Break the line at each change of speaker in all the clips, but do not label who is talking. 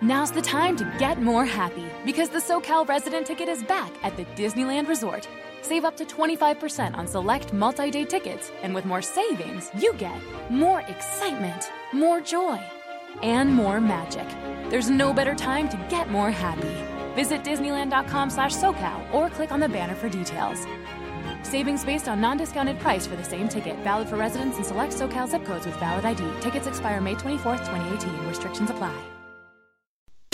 Now's the time to get more happy because the SoCal resident ticket is back at the Disneyland Resort. Save up to 25% on select multi day tickets, and with more savings, you get more excitement, more joy, and more magic. There's no better time to get more happy. Visit Disneyland.com slash SoCal or click on the banner for details. Savings based on non discounted price for the same ticket, valid for residents in select SoCal zip codes with valid ID. Tickets expire May 24th, 2018. Restrictions apply.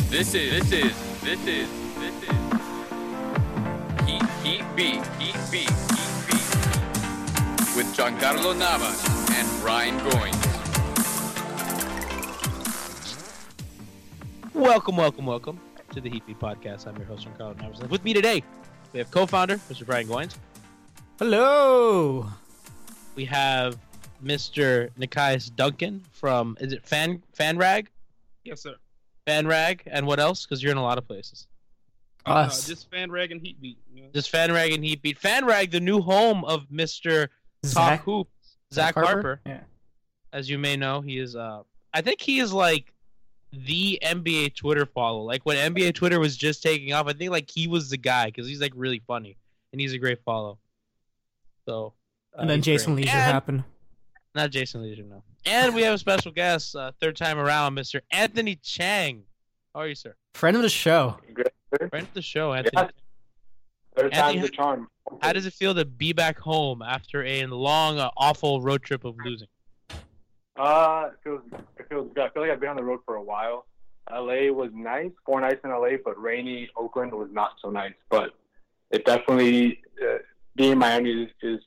This is this is this is this is Heat Heat Beat Heat Beat Heat Beat with Giancarlo Navas and Ryan Goins.
Welcome, welcome, welcome to the Heat Beat Podcast. I'm your host, John Carl Navas. With me today, we have co-founder, Mr. Brian Goins.
Hello.
We have Mr. Nikias Duncan from is it Fan Fanrag?
Yes, sir.
Fanrag and what else? Because you're in a lot of places.
Us.
Uh, just fan rag and heat beat. you know?
Just Fanrag and Heat Beat. Fanrag, the new home of Mr. Talk Hoop, Zach Harper.
Yeah.
As you may know, he is uh I think he is like the NBA Twitter follow. Like when NBA Twitter was just taking off, I think like he was the guy because he's like really funny and he's a great follow. So uh,
And then
he's
Jason
great.
Leisure
And-
happened.
Not Jason Leisure, no. And we have a special guest, uh, third time around, Mr. Anthony Chang. How are you, sir?
Friend of the show.
Friend of the show, Anthony. Anthony,
Third time's the charm.
How does it feel to be back home after a long, uh, awful road trip of losing?
Uh, it feels, it feels good. I feel like I've been on the road for a while. LA was nice, four nights in LA, but rainy Oakland was not so nice. But it definitely uh, being in Miami is, is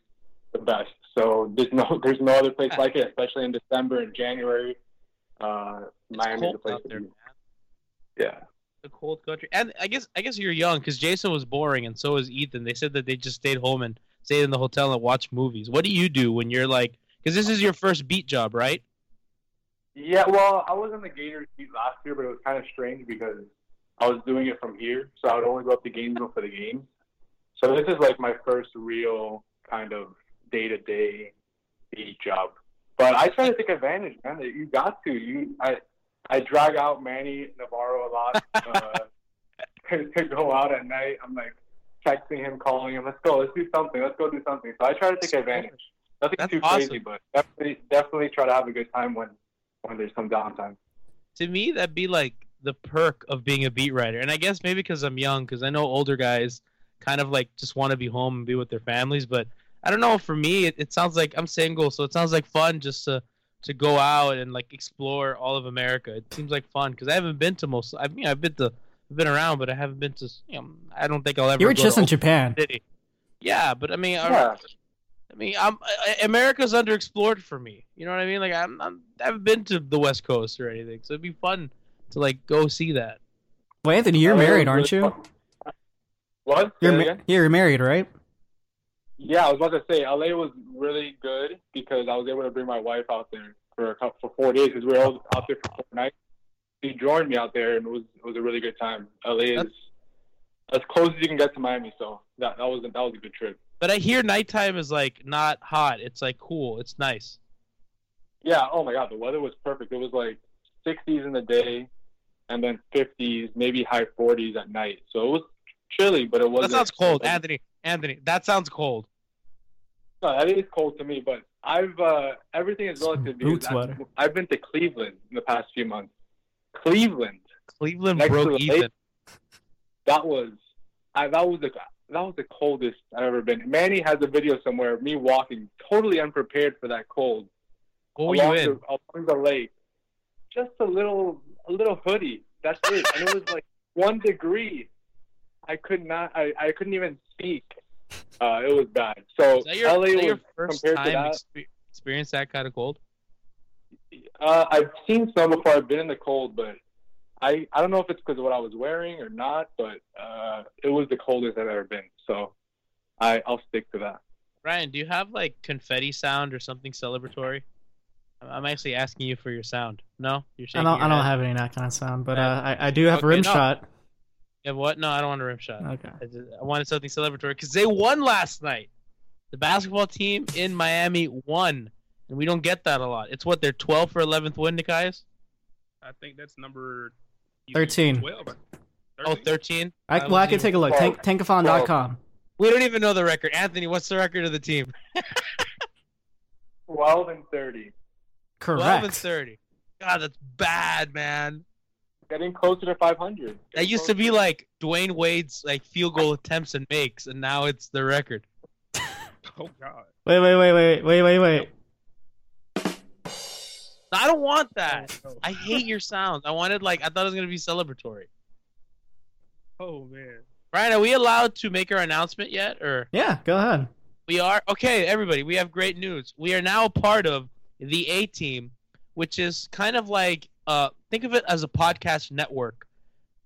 the best. So there's no there's no other place like it, especially in December and January. Uh,
It's
Miami's
cold
the place.
out
to
there,
be.
man.
Yeah.
The cold country. And I guess I guess you're young because Jason was boring and so was Ethan. They said that they just stayed home and stayed in the hotel and watched movies. What do you do when you're like? Because this is your first beat job, right?
Yeah, well, I was in the Gators seat last year, but it was kind of strange because I was doing it from here, so I would only go up to Gainesville for the games. So this is like my first real kind of day to day beat job. But I try to take advantage, man. that You got to. You, I, I drag out Manny Navarro a lot uh, to, to go out at night. I'm like texting him, calling him. Let's go. Let's do something. Let's go do something. So I try to take advantage. Nothing
That's
too crazy,
awesome.
but definitely, definitely try to have a good time when when there's some downtime.
to me that'd be like the perk of being a beat writer and i guess maybe because i'm young because i know older guys kind of like just want to be home and be with their families but i don't know for me it, it sounds like i'm single so it sounds like fun just to to go out and like explore all of america it seems like fun because i haven't been to most i mean i've been to i've been around but i haven't been to you know, i don't think i'll ever
You were
go
just
to
in
Oklahoma
Japan.
City. yeah but i mean I-
Yeah.
I mean, I'm, I, I- America's underexplored for me. You know what I mean? Like, I'm, I'm, I haven't been to the West Coast or anything, so it'd be fun to like go see that.
Well, Anthony, you're
Oh,
married,
good.
aren't you?
What? Say
You're
that
ma-
again?
yeah, you're married, right?
Yeah, I was about to say LA was really good because I was able to bring my wife out there for a couple, for four days because we were all out there for four nights. She joined me out there and it was it was a really good time. LA is as close as you can get to Miami, so that that was a, that was a good trip.
But I hear nighttime is like not hot. It's like cool. It's nice.
Yeah. Oh my God, the weather was perfect. It was like 60s in the day, and then 50s, maybe high 40s at night. So it was chilly, but it
That
wasn't.
sounds cold, Anthony. Anthony, that sounds cold.
No, that is cold to me, but I've uh, everything is relative. because
Boots
I-
weather.
I've been to Cleveland in the past few months. Cleveland.
Cleveland
Next to
broke
the
even.
lake. That was, I, that was the that was the coldest I've ever been. Manny has a video somewhere of me walking totally unprepared for that cold.
What were you
along
in?
The, along the lake, just a little a little hoodie. That's it, and it was like one degree. I could not. I, I couldn't even speak. Uh, it was bad. So
Is that your,
LA
is that your
was
first
compared to
time
that.
expe- experience that kind of cold?
Uh, I've seen snow before. I've been in the cold, but I I don't know if it's because of what I was wearing or not, but uh, it was the coldest I've ever been. So I I'll stick to that.
Ryan, do you have like confetti sound or something celebratory? I'm- I'm actually asking you for your sound. No, you're
I
shaking
don't.
your
I don't
head.
have any that kind of sound, but uh,
Yeah.
I, I do have
Okay,
a rim
no.
shot.
You have what? No, I don't want a rim shot.
Okay.
I, just, I wanted something celebratory because they won last night. The basketball team in Miami won, and we don't get that a lot. It's what their 12th or 11th win, Nikias.
I think that's number either
13.
12.
Oh, 13?
I, well, I
wasn't
can
even-
take a look. Tank, tankathon.com.
We don't even know the record. Anthony, what's the record of the team?
Twelve and thirty,
12 and
Correct.
30. God, that's bad, man.
getting closer to five hundred.
That used to be like Dwayne Wade's like field goal attempts and makes, and now it's the record.
Oh God.
Wait, wait, wait, wait, wait, wait, wait.
I don't want that. I hate your sounds. I wanted like I thought it was gonna be celebratory.
Oh man.
Ryan, are we allowed to make our announcement yet, or?
Yeah, go ahead.
We are okay, everybody. We have great news. We are now a part of the A Team, which is kind of like uh, think of it as a podcast network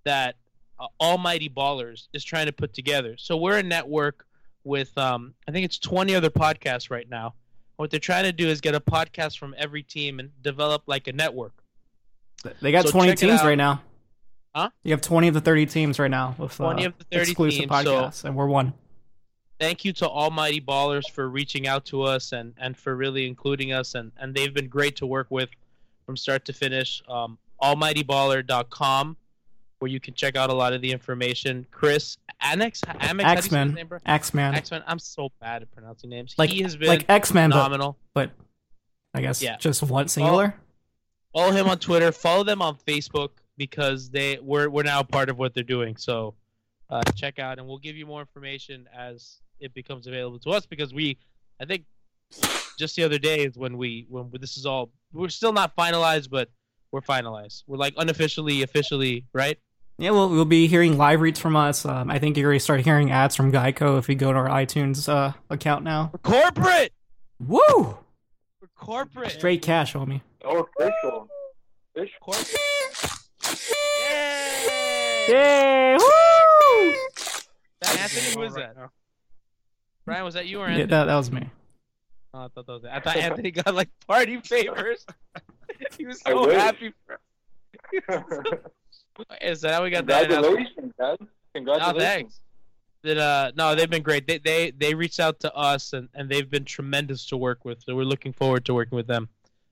that uh, Almighty Ballers is trying to put together. So we're a network with um, I think it's 20 other podcasts right now. What they're trying to do is get a podcast from every team and develop like a network.
They got
So
20
check it
teams
out.
right now.
Huh?
You have 20 of the 30 teams right now with
20
uh,
of the 30
exclusive
teams, so-
podcasts, and we're one.
thank you to Almighty Ballers for reaching out to us and, and for really including us. And, and they've been great to work with from start to finish. Um, almightyballer.com, where you can check out a lot of the information. Chris, Annex, Amex, how do you say his
Axeman.
name, bro?
Axeman.
Axeman. I'm so bad at pronouncing names.
Like-
he has been
like X-Men, but-
phenomenal.
But I guess
Yeah.
just one singular.
Follow him on Twitter. Follow them on Facebook because they we're, we're now a part of what they're doing. So uh, check out, and we'll give you more information as it becomes available to us. Because we, I think, just the other day is when we when this is all we're still not finalized, but we're finalized. We're like unofficially, officially, right?
Yeah, well, we'll be hearing live reads from us. Um, I think you already start hearing ads from Geico if you go to our iTunes uh, account now.
Corporate,
Woo!
we're corporate,
Straight cash, homie.
Oh, official. Official.
corporate.
Yay! Woo!
That Anthony, who is that? Brian, was that you or Anthony?
Yeah, that, that was me.
Oh, I thought that was it. I thought Anthony got like party favors. he was
I
so
wish.
happy. For... He was so- Is that how we got that? announcement?
Congratulations, guys. Congratulations.
No, thanks. That, uh, no, they've been great. They they they reached out to us and, and they've been tremendous to work with. So we're looking forward to working with them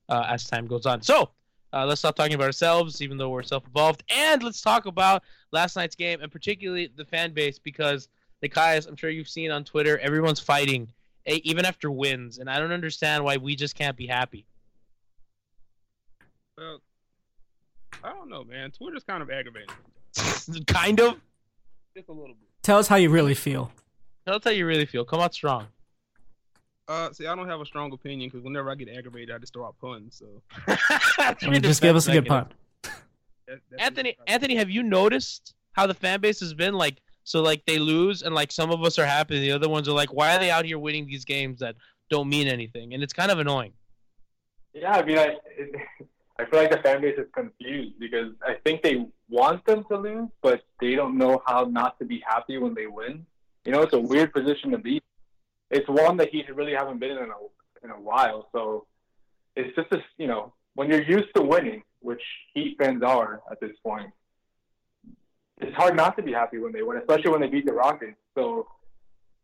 uh, as time goes on. So uh, let's stop talking about ourselves, even though we're self-involved, and let's talk about last night's game and particularly the fan base because the guys I'm sure you've seen on Twitter, everyone's fighting e- even after wins, and I don't understand why we just can't be happy.
Well, I don't know, man. Twitter's kind of aggravating.
kind of.
Just a little bit.
Tell us how you really feel.
That's how you really feel. Come out strong.
Uh, see, I don't have a strong opinion because whenever I get aggravated, I just throw out puns. So
I mean, just give us a good
pun.
punt.
that, that's
Anthony, Anthony, have you noticed how the fan base has been like? So like they lose, and like some of us are happy, and the other ones are like, "Why are they out here winning these games that don't mean anything?" And it's kind of annoying.
Yeah, I mean, I, it, I feel like the fan base is confused because I think they want them to lose, but they don't know how not to be happy when they win. You know, it's a weird position to be. It's one that he really haven't been in in a, in a while. So it's just, a, you know, when you're used to winning, which Heat fans are at this point, it's hard not to be happy when they win, especially when they beat the Rockets. So,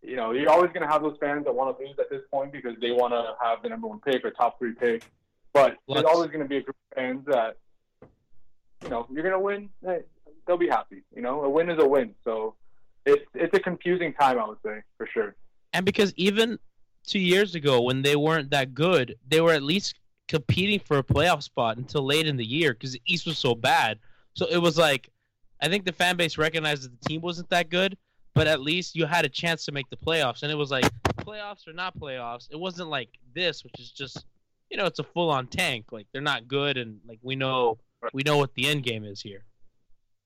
you know, you're always going to have those fans that want to lose at this point because they want to have the number one pick or top three pick. But there's
Lots.
always going to be a group of fans that, you know, you're going to win. hey, They'll be happy. You know, a win is a win. So it's it's a confusing time, I would say, for sure.
And because even two years ago, when they weren't that good, they were at least competing for a playoff spot until late in the year because the East was so bad. So it was like, I think the fan base recognized that the team wasn't that good, but at least you had a chance to make the playoffs. And it was like, playoffs or not playoffs. It wasn't like this, which is just, you know, it's a full on tank. Like, they're not good, and like, we know. We know what the end game is here.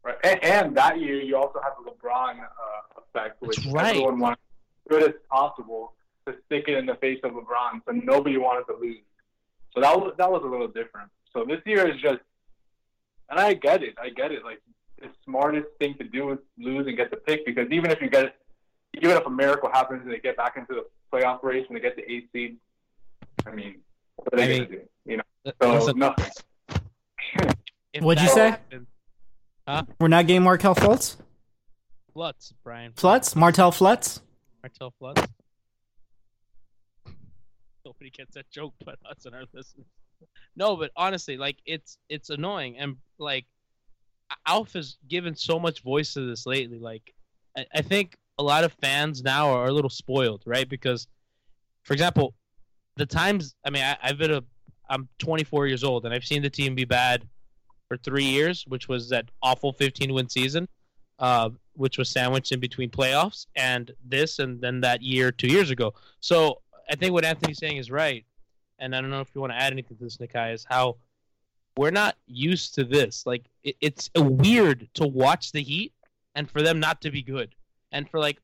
Right. And, and that year, you also have the LeBron uh, effect, which
That's right.
everyone wanted as good as possible to stick it in the face of LeBron, so nobody wanted to lose. So that was that was a little different. So this year is just, and I get it, I get it. Like the smartest thing to do is lose and get the pick because even if you get, even if a miracle happens and they get back into the playoff race and they get the eighth seed, I mean, what are they
I
going
mean,
to do? You know,
Th-
so
listen,
nothing.
if
What'd you
that
say?
happened-
We're not getting Markel Fultz?
Flutz, Brian.
Flutz? Martel Flutz?
Martel Flutz. Nobody gets that joke but us and our listeners. No, but honestly, like it's it's annoying and like Alf has given so much voice to this lately. Like I, I think a lot of fans now are a little spoiled, right? Because for example, the times I mean I, I've been a I'm 24 years old and I've seen the team be bad for three years, which was that awful 15 win season uh, which was sandwiched in between playoffs and this and then that year two years ago. So I think what Anthony's saying is right. And I don't know if you want to add anything to this, Nikai, is how we're not used to this. Like it, it's weird to watch the Heat and for them not to be good. And for like,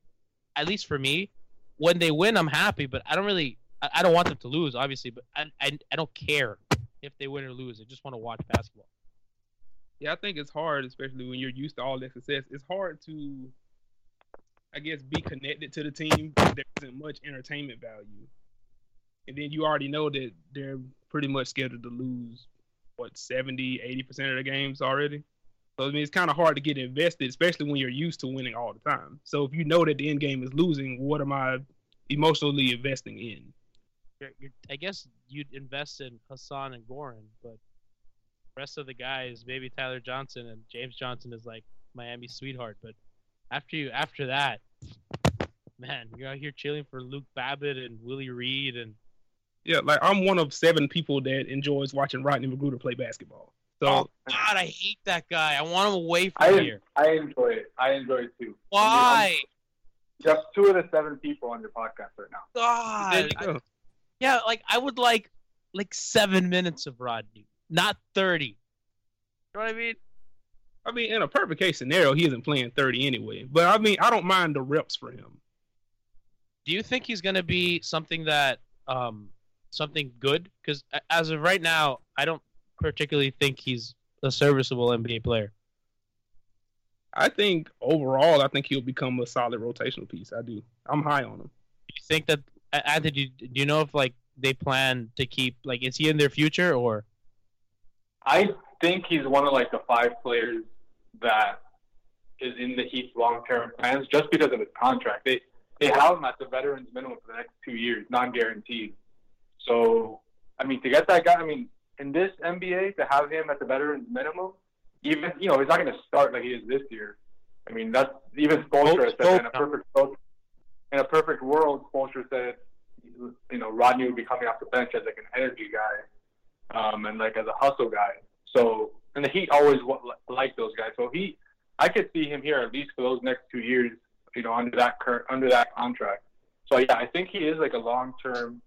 at least for me, when they win, I'm happy, but I don't really, I, I don't want them to lose, obviously, but I, I, I don't care if they win or lose. I just want to watch basketball.
Yeah, I think it's hard, especially when you're used to all that success. It's hard to, I guess, be connected to the team. There isn't much entertainment value, and then you already know that they're pretty much scheduled to lose what 70, 80 percent of the games already. So I mean, it's kind of hard to get invested, especially when you're used to winning all the time. So if you know that the end game is losing, what am I emotionally investing in?
you're, you're, I guess you'd invest in Hassan and Goran, but the rest of the guys, maybe Tyler Johnson and James Johnson is like Miami's sweetheart. But after you, after that, man, you're out here chilling for Luke Babbitt and Willie Reed, and
Yeah, like I'm one of seven people that enjoys watching Rodney Magruder play baskball. So.
oh God, I hate that guy. I want him away from
I
here.
I enjoy it. I enjoy it too.
Why?
Just two of the seven people on your podcast right now.
God.
There you
I-
go.
yeah, like I would like like seven minutes of Rodney, not thirty. You know what I mean?
I mean, in a perfect case scenario, he isn't playing 30 anyway. But I mean, I don't mind the reps for him.
do you think he's going to be something that um something good because as of right now i don't particularly think he's a serviceable nba player
I think overall, I think he'll become a solid rotational piece. I do. I'm high on him.
do you think that A- anthony do you, do you know if like they plan to keep like is he in their future or
I think he's one of like the five players that is in the Heat's long term plans just because of his contract. They they have him at the veterans minimum for the next two years, non guaranteed. So I mean to get that guy I mean, in this NBA to have him at the veterans minimum, even you know, he's not gonna start like he is this year. I mean that's even Spolster has said in a perfect in a perfect world, Spolster said you know, Rodney would be coming off the bench as like an energy guy um, and like as a hustle guy. So and the Heat always w- like those guys. So he, I could see him here at least for those next two years. You know, under that current under that contract. So yeah, I think he is like a long term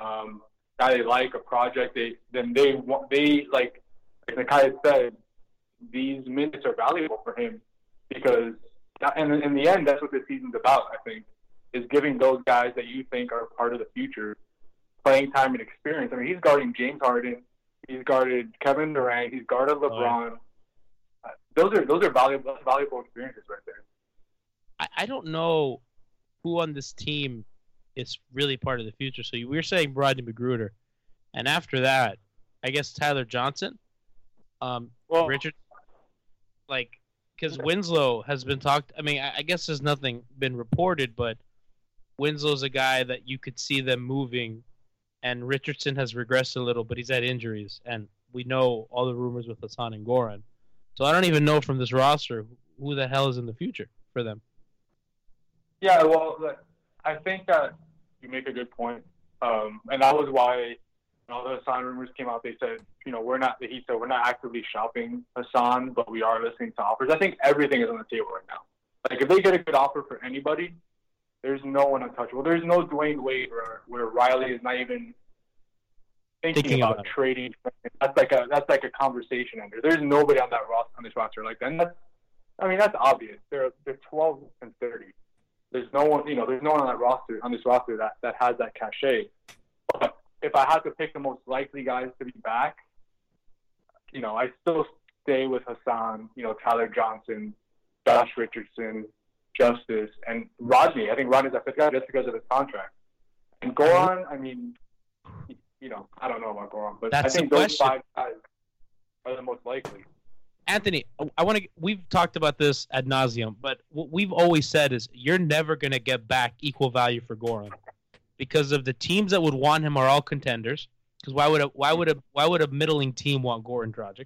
um, guy. They like a project. They then they want they like like Nakai said, these minutes are valuable for him because that, and in the end, that's what this season's about. I think is giving those guys that you think are part of the future playing time and experience. I mean, he's guarding James Harden. He's guarded Kevin Durant. He's guarded LeBron. Uh, those are those are valuable valuable experiences right there.
I, I don't know who on this team is really part of the future. So you, we were saying Rodney Magruder, and after that, I guess Tyler Johnson, um,
Well-
Richard, like because Winslow has been talked. I mean, I, I guess there's nothing been reported, but Winslow's a guy that you could see them moving, and Richardson has regressed a little, but he's had injuries, and we know all the rumors with Hassan and Goran. So I don't even know from this roster who the hell is in the future for them.
Yeah, well, like, I think that you make a good point, um, and that was why when all the Hassan rumors came out, they said, you know, we're not. He said we're not actively shopping Hassan, but we are listening to offers. I think everything is on the table right now. Like if they get a good offer for anybody, there's no one untouchable. There's no Dwayne Wade where, where Riley is not even thinking,
Thinking
about,
about it.
trading. That's like a that's like a conversation ender. There's nobody on that roster on this roster like that. And that's, I mean, that's obvious. They're they're 12 and 30 there's no one, you know, there's no one on that roster on this roster that, that has that cachet. But if I had to pick the most likely guys to be back, you know, I still stay with Hassan, you know, Tyler Johnson, Josh Richardson, Justice, and Rodney. I think Rodney's that fifth guy just because of his contract. And
Mm-hmm.
Goran, I mean, you know, I don't know about Goran, but
That's
I think
the
those
question.
five guys are the most likely.
Anthony, I- I want to. We've talked about this ad nauseum, but what we've always said is you're never going to get back equal value for Goran because of the teams that would want him are all contenders. Because why would a why would a why would a middling team want Goran Dragic?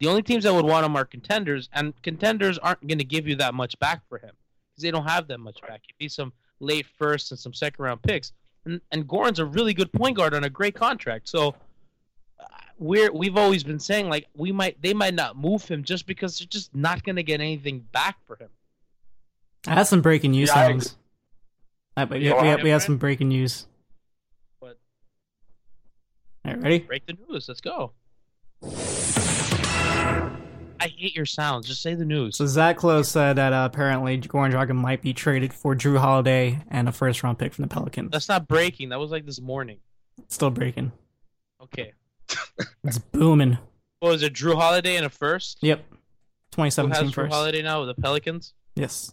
The only teams that would want him are contenders, and contenders aren't going to give you that much back for him because they don't have that much back. It'd be some late first and some second round picks, and and Goran's a really good point guard on a great contract, so we're we've always been saying like we might they might not move him just because they're just not gonna get anything back for him.
That's some breaking news
Yeah, I
sounds. Uh, but
Yeah,
we,
I
have, we have
agree.
some breaking news.
What?
All right, ready?
Break the news. Let's go. I hate your sounds. Just say the news.
So Zach Close said that uh, apparently Goran Dragan might be traded for Drew Holiday and a first round pick from the Pelicans.
That's not breaking. That was like this morning.
Still breaking.
Okay.
It's booming.
What was it? Drew Holiday in a first.
Yep.
Who
2017
has Drew
first.
Holiday now with the Pelicans?
Yes.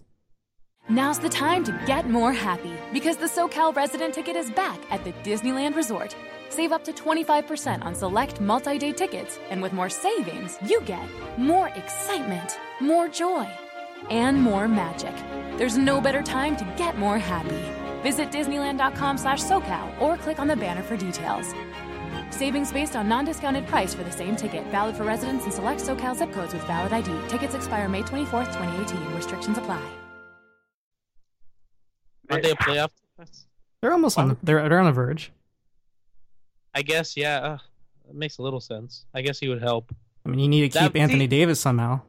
Now's the time to get more happy because the SoCal resident ticket is back at the Disneyland Resort. Save up to 25% on select multi day tickets, and with more savings, you get more excitement, more joy, and more magic. There's no better time to get more happy. Visit Disneyland.com slash SoCal or click on the banner for details. Savings based on non-discounted price for the same ticket. Valid for residents in select SoCal zip codes with valid ID. Tickets expire May 24th, 2018. Restrictions apply.
Aren't they a playoff?
They're almost on. The, they're they're on the verge.
I guess. Yeah. Uh, that makes a little sense. I guess he would help.
I mean, you need to
That-
keep Anthony Davis somehow.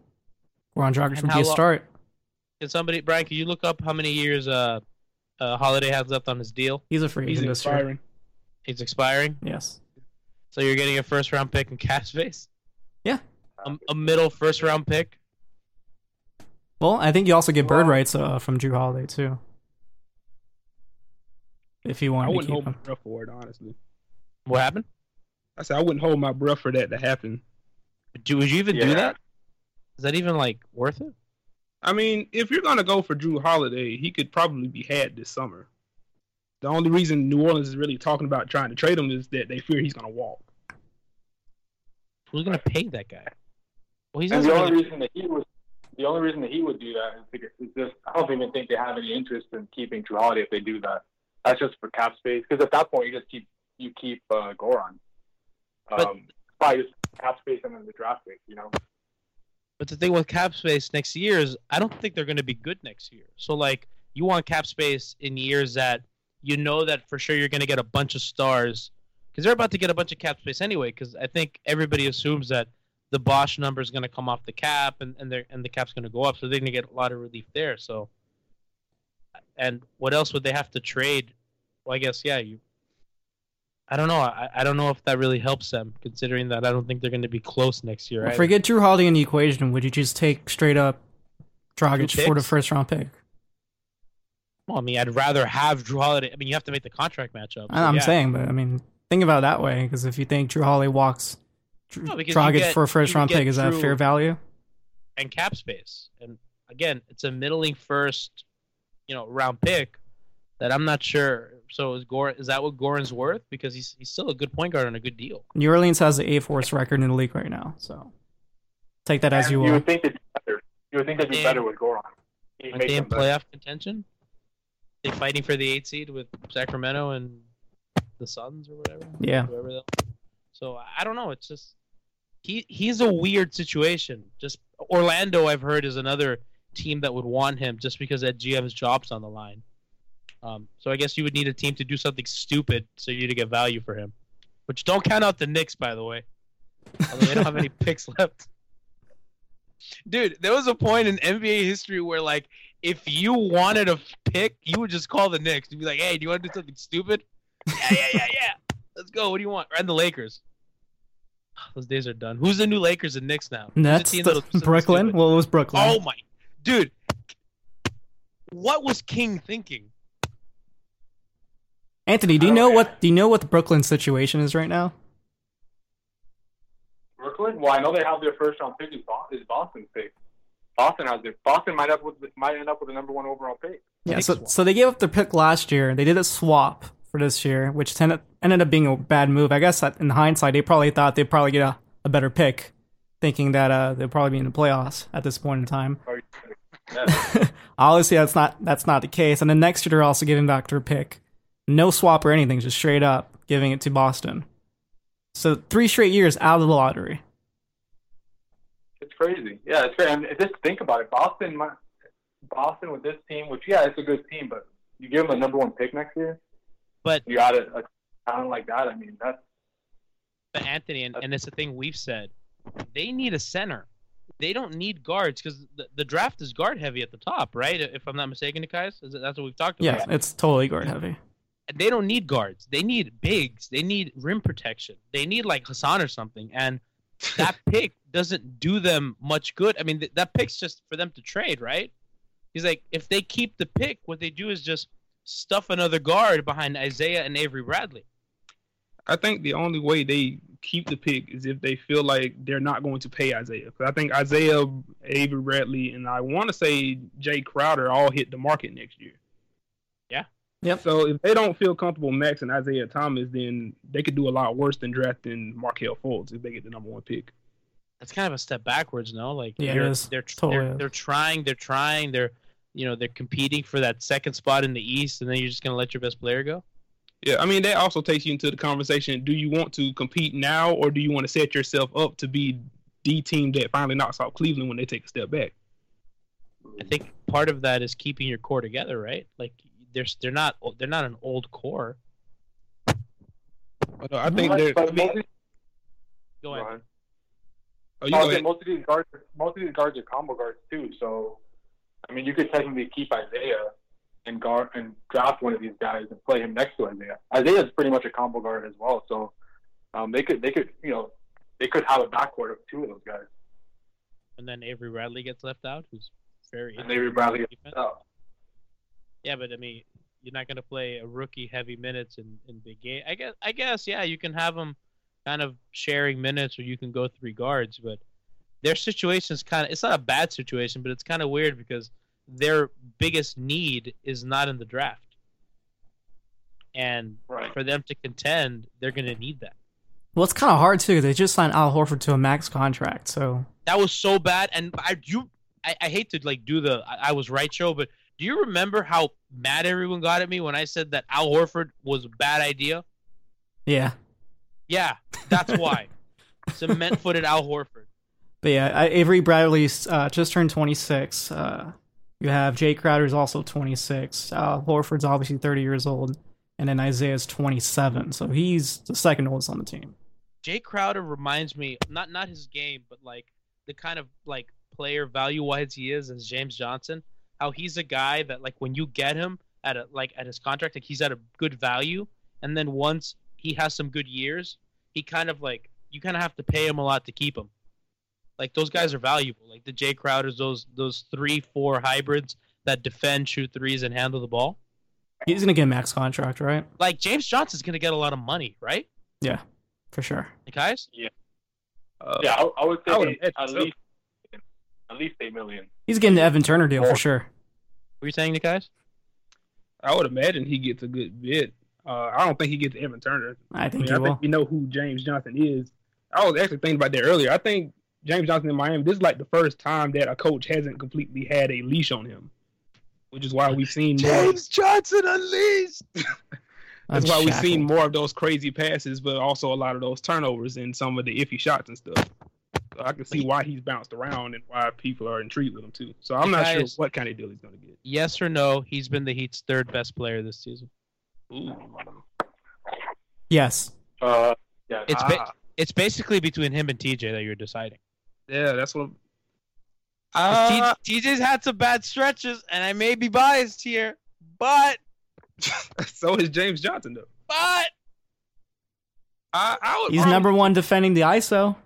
Goran Dragic
And
would
how
be a
lo-
start.
Can somebody, Brian? Can you look up how many years uh, uh Holiday has left on his deal?
He's a free
He's
agent this year.
inspiring.
He's expiring.
Yes.
So you're getting a first round pick in cash face?
Yeah.
A, a middle first round pick?
Well, I think you also get bird rights uh, from Drew Holiday too. If you
I
want to
wouldn't
keep
hold my
him,
breath for it, honestly.
What happened?
I said I wouldn't hold my breath for that to happen.
Do, would you even do
Yeah.
that? Is that even like worth it?
I mean, if you're gonna go for Drew Holiday, he could probably be had this summer. The only reason New Orleans is really talking about trying to trade him is that they fear he's gonna walk.
Who's gonna pay that guy? Well, he's
And
not
the
really-
only reason that he was, the only reason that he would do that is because is just I don't even think they have any interest in keeping Drew Holiday if they do that. That's just for cap space because at that point you just keep you keep uh, Goron.
But-
Um, probably just cap space and then the draft pick, you know.
But the thing with cap space next year is I don't think they're going to be good next year. So like you want cap space in years that you know that for sure you're going to get a bunch of stars because they're about to get a bunch of cap space anyway. Because I think everybody assumes that the Bosch number is going to come off the cap and and, they're- and the cap's going to go up, so they're going to get a lot of relief there. So and what else would they have to trade? Well, I guess yeah, you. I don't know. I, I don't know if that really helps them, considering that I don't think they're going to be close next year.
Well,
either.
forget Drew Holiday in the equation. Would you just take straight up Dragic
Two
for the
picks?
first round pick?
Well, I mean, I'd rather have Drew Holiday. I mean, you have to make the contract matchup.
I know I'm
Yeah.
saying, but I mean, think about it that way. Because if you think Drew Holiday walks Dr-
No, because you
Dragic
get-
for a first
you
round
get
pick, is that
Drew-
fair value?
and cap space. And again, it's a middling first, you know, round pick that I'm not sure. So is Gore? Is that what Gorin's worth? Because he's he's still a good point guard and a good deal.
New Orleans has the eighth worst record in the league right now, so take that as you
You
will.
would think they'd be better. You would think they'd be
Damn.
better with Goron. He'd
Are
make
they in
them better.
playoff contention? They fighting for the eight seed with Sacramento and the Suns or whatever.
Yeah.
Whoever they'll- so I- I don't know. It's just he he's a weird situation. Just Orlando, I've heard, is another team that would want him just because that GM's job's on the line. Um, so I guess you would need a team to do something stupid so you to get value for him. Which don't count out the Knicks, by the way. Although they don't have any picks left. Dude, there was a point in NBA history where like if you wanted a pick, you would just call the Knicks and be like, "Hey, do you want to do something stupid?" yeah, yeah, yeah, yeah. Let's go. What do you want? And the Lakers. Those days are done. Who's the new Lakers and Knicks now? Who's the
Nets,
team
the,
that'll do something
Brooklyn.
stupid?
Well, it was Brooklyn.
Oh my, dude, what was King thinking?
Anthony,
Oh,
do you know what? Do you know what the Brooklyn situation is right now?
Brooklyn? Well, I know they have their first round pick. Is Bo- is Boston pick? Boston has it. Boston might up with might end up with the number one overall pick.
Yeah, so, so they gave up their pick last year. They did a swap for this year, which tended, ended up being a bad move. I guess that in hindsight, they probably thought they'd probably get a, a better pick, thinking that uh, they'll probably be in the playoffs at this point in time. Obviously, that's not that's not the case. And then next year, they're also giving back their pick, no swap or anything, just straight up giving it to Boston. So three straight years out of the lottery.
It's crazy. Yeah, it's crazy. And just think about it. Boston, might, Boston with this team, which yeah, it's a good team, but you give them a number one pick next year.
But-
you got a, a talent like that. I mean, that's
But Anthony, and, and it's the thing we've said, they need a center. They don't need guards because the, the draft is guard heavy at the top, right? If I'm not mistaken, guys, is it, that's what we've talked about.
Yeah, it's totally guard heavy.
they don't need guards. They need bigs. They need rim protection. They need like Hassan or something. And that pick doesn't do them much good. I mean, th- that pick's just for them to trade, right? He's like, if they keep the pick, what they do is just stuff another guard behind Isaiah and Avery Bradley.
I think the only way they keep the pick is if they feel like they're not going to pay Isaiah. 'Cause I think Isaiah, Avery Bradley, and I want to say Jay Crowder all hit the market next year.
Yeah.
Yep.
So if they don't feel comfortable maxing Isaiah Thomas, then they could do a lot worse than drafting Markel Fultz if they get the number one pick.
That's kind of a step backwards, no? Like
Yeah, it
they're,
is.
they're, tr-
Totally
they're
is.
they're trying, they're trying, they're you know they're competing for that second spot in the East, and then you're just gonna let your best player go.
Yeah, I mean that also takes you into the conversation. Do you want to compete now, or do you want to set yourself up to be the team that finally knocks out Cleveland when they take a step back?
I think part of that is keeping your core together, right? Like they're they're not they're not an old core.
But, uh, I think they're.
but
I mean,
most of-
Go
go
ahead.
ahead.
oh, you
I was saying
go ahead.
most of these guards, most of these guards are combo guards too. So, I mean, you could technically keep Isaiah and guard and draft one of these guys and play him next to Isaiah. Isaiah's pretty much a combo guard as well. So, um, they could they could you know they could have a backcourt of two of those guys.
And then Avery Bradley gets left out, who's very
And Avery Bradley gets
defense.
Oh,
Yeah, but I mean, you're not going to play a rookie heavy minutes in in big game. I guess I guess yeah, you can have them kind of sharing minutes, or you can go three guards. But their situation is kind of it's not a bad situation, but it's kind of weird because their biggest need is not in the draft, and
right.
for them to contend, they're going to need that.
Well, it's kind of hard too. They just signed Al Horford to a max contract, so
That was so bad. And I you, I, I hate to like do the I, I was right show, but do you remember how mad everyone got at me when I said that Al Horford was a bad idea?
yeah.
Yeah, that's why. Cement-footed Al Horford.
But yeah, I- Avery Bradley's uh, just turned 26. Uh, you have Jay Crowder's also 26. Uh, Horford's obviously 30 years old, and then Isaiah's 27. So he's the second oldest on the team.
Jay Crowder reminds me not not his game, but like the kind of like player value wise he is as James Johnson. How he's a guy that like when you get him at a like at his contract, like he's at a good value, and then once he has some good years, he kind of like you kind of have to pay him a lot to keep him. Like those guys are valuable. Like the Jay Crowders, those those three four hybrids that defend, shoot threes, and handle the ball.
He's gonna get a max contract, right?
Like James Johnson's gonna get a lot of money, right?
Yeah, for sure.
Guys, Uh,
Uh,
Yeah, I, I would say
I would imagine
at
so.
least at least eight million.
He's getting the Evan Turner
Oh.
deal for sure.
Were you saying, Nikias?
I would imagine he gets a good bit. Uh, I don't think he gets Evan Turner.
I think
mean,
he
I
will.
think we know who James Johnson is. I was actually thinking about that earlier. I think James Johnson in Miami, this is like the first time that a coach hasn't completely had a leash on him, which is why we've seen more.
Johnson unleashed.
That's why we've
Unshackled.
seen more of those crazy passes, but also a lot of those turnovers and some of the iffy shots and stuff. So I can see why he's bounced around and why people are intrigued with him too. So I'm not sure
Guys.
what kind of deal he's going to get.
Yes or no? He's been the Heat's third best player this season.
Yes.
Uh, yeah,
It's ba-
Ah.
it's basically between him and TJ that you're deciding.
Yeah, that's what. I'm-
'Cause T-
Uh,
TJ's had some bad stretches, and I may be biased here, but
so is James Johnson though.
but
I, I would
He's
probably-
number one defending the ISO.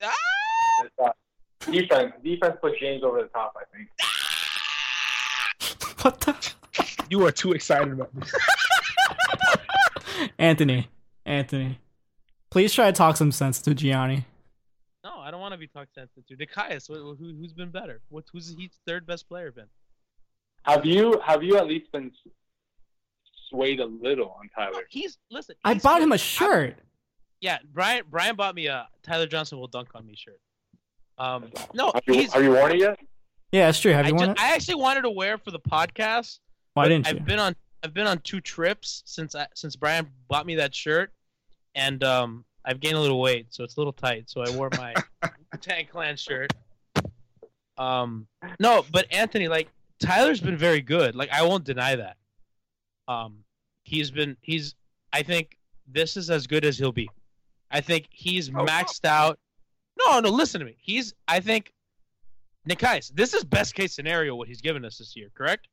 it's, uh, defense defense put James over the top. I think.
What the?
You are too excited about this.
Anthony. Anthony. Please try to talk some sense to Gianni.
no, I don't want to be talked sense to. Nikias, who, who- who's been better? What, who's the Heat's third best player been?
Have you have you at least been swayed a little on Tyler?
He's listen.
I
he's
bought
good.
him a shirt.
Yeah, Brian. Brian bought me a Tyler Johnson will dunk on me shirt. Um, no,
Have you,
he's.
are you worn it yet?
Yeah, that's true. Have
I,
you won
ju-
it?
I actually wanted to wear it for the podcast,
Why
But
didn't
I've
you?
been on I've been on two trips since I, since Brian bought me that shirt, and um, I've gained a little weight, so it's a little tight. So I wore my Tang Clan shirt. Um, no, but Anthony, like Tyler's been very good. Like I won't deny that. Um, he's been he's I think this is as good as he'll be. I think
Oh,
he's maxed out. No, no, listen to me. He's I think Nikias, this is best case scenario what he's given us this year, correct?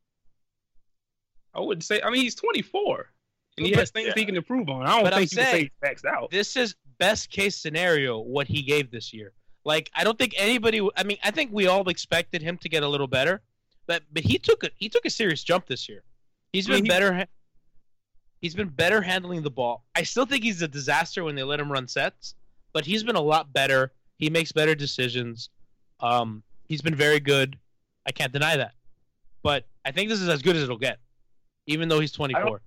I wouldn't say. I mean, he's 24, and he
But-
has things he can improve on. I don't
But I'm
think you can say
saying-
he's maxed out.
this is best case scenario what he gave this year. Like I don't think anybody. I mean, I think we all expected him to get a little better, but but he took a he took a serious jump this year. He's
I
been
mean, he-
better. ha- He's been better handling the ball. I still think he's a disaster when they let him run sets, but he's been a lot better. He makes better decisions. Um, he's been very good. I can't deny that. But I think this is as good as it'll get, even though he's 24.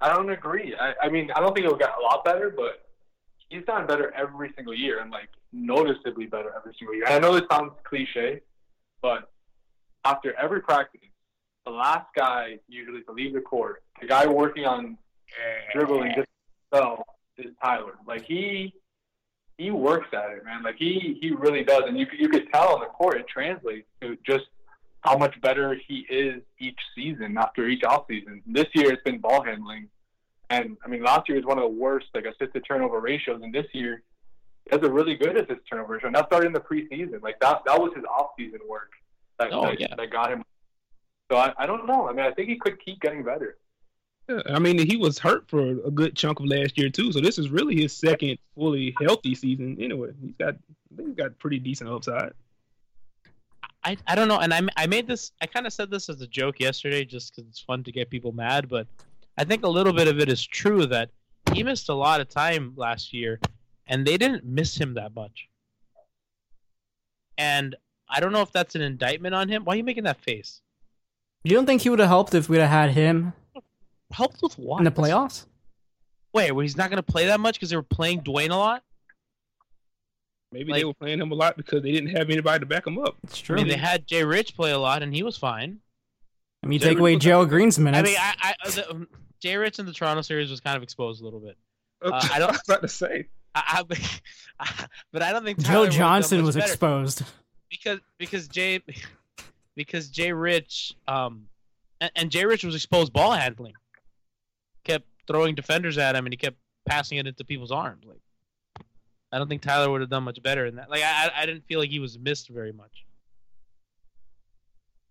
I don't agree. I, I mean, I don't think it'll get a lot better, but he's gotten better every single year and like noticeably better every single year. And I know this sounds cliche, but after every practice, the last guy usually to leave the court, the guy working on dribbling just himself is Tyler. Like he he works at it, man. Like he he really does, and you could- you could tell on the court it translates to just how much better he is each season after each off season. This year it's been ball handling, and I mean last year was one of the worst like assist to turnover ratios, and this year he has a really good assist turnover ratio. And that started in the preseason. Like that that was his off season work that
Oh,
that,
yeah.
that got him. So I, I don't know. I mean I think he could keep getting better.
Yeah, I mean, he was hurt for a good chunk of last year too. So this is really his second fully healthy season. Anyway, he's got I think he's got pretty decent upside.
I, I don't know, and I, I made this. I kind of said this as a joke yesterday, just because it's fun to get people mad. But I think a little bit of it is true that he missed a lot of time last year, and they didn't miss him that much. And I don't know if that's an indictment on him. Why are you making that face?
You don't think he would have helped if we'd have had him
Helped with what?
in the playoffs?
Wait, well, he's not going to play that much because they were playing Dwayne a lot.
Maybe
Like-
they were playing him a lot because they didn't have anybody to back him up.
It's
I
true. I
mean, they
mean,
had Jay Rich play a lot, and he was fine.
you take away Joe Green's
I
minutes.
mean, I, I the, um, Jay Rich in the Toronto series was kind of exposed a little bit. Uh, I
I
don't-
was about to say.
I, I, but I don't think Tyler
Joe
would've done
Johnson
much
was
better
exposed.
because because Jay because Jay Rich um and, and Jay Rich was exposed ball handling, kept throwing defenders at him and he kept passing it into people's arms. Like I don't think Tyler would have done much better in that. Like I I- I didn't feel like he was missed very much.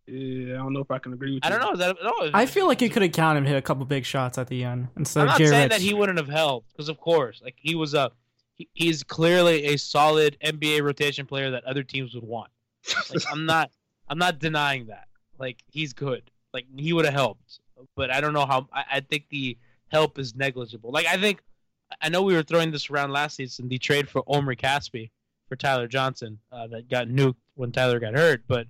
Yeah, I don't know if I can agree with
I
you.
don't know. Is that, no,
Mm. I feel like you could have counted him hit a couple big shots at the end instead
I'm
of
not
Jay
saying
Rich.
that he wouldn't have helped because of course, like he was a he, he's clearly a solid NBA rotation player that other teams would want. Like, I'm not I'm not denying that. Like he's good. Like he would have helped, but I don't know how. I, I think the help is negligible. Like I think I know we were throwing this around last season the trade for Omri Caspi for Tyler Johnson uh, that got nuked when Tyler got hurt. But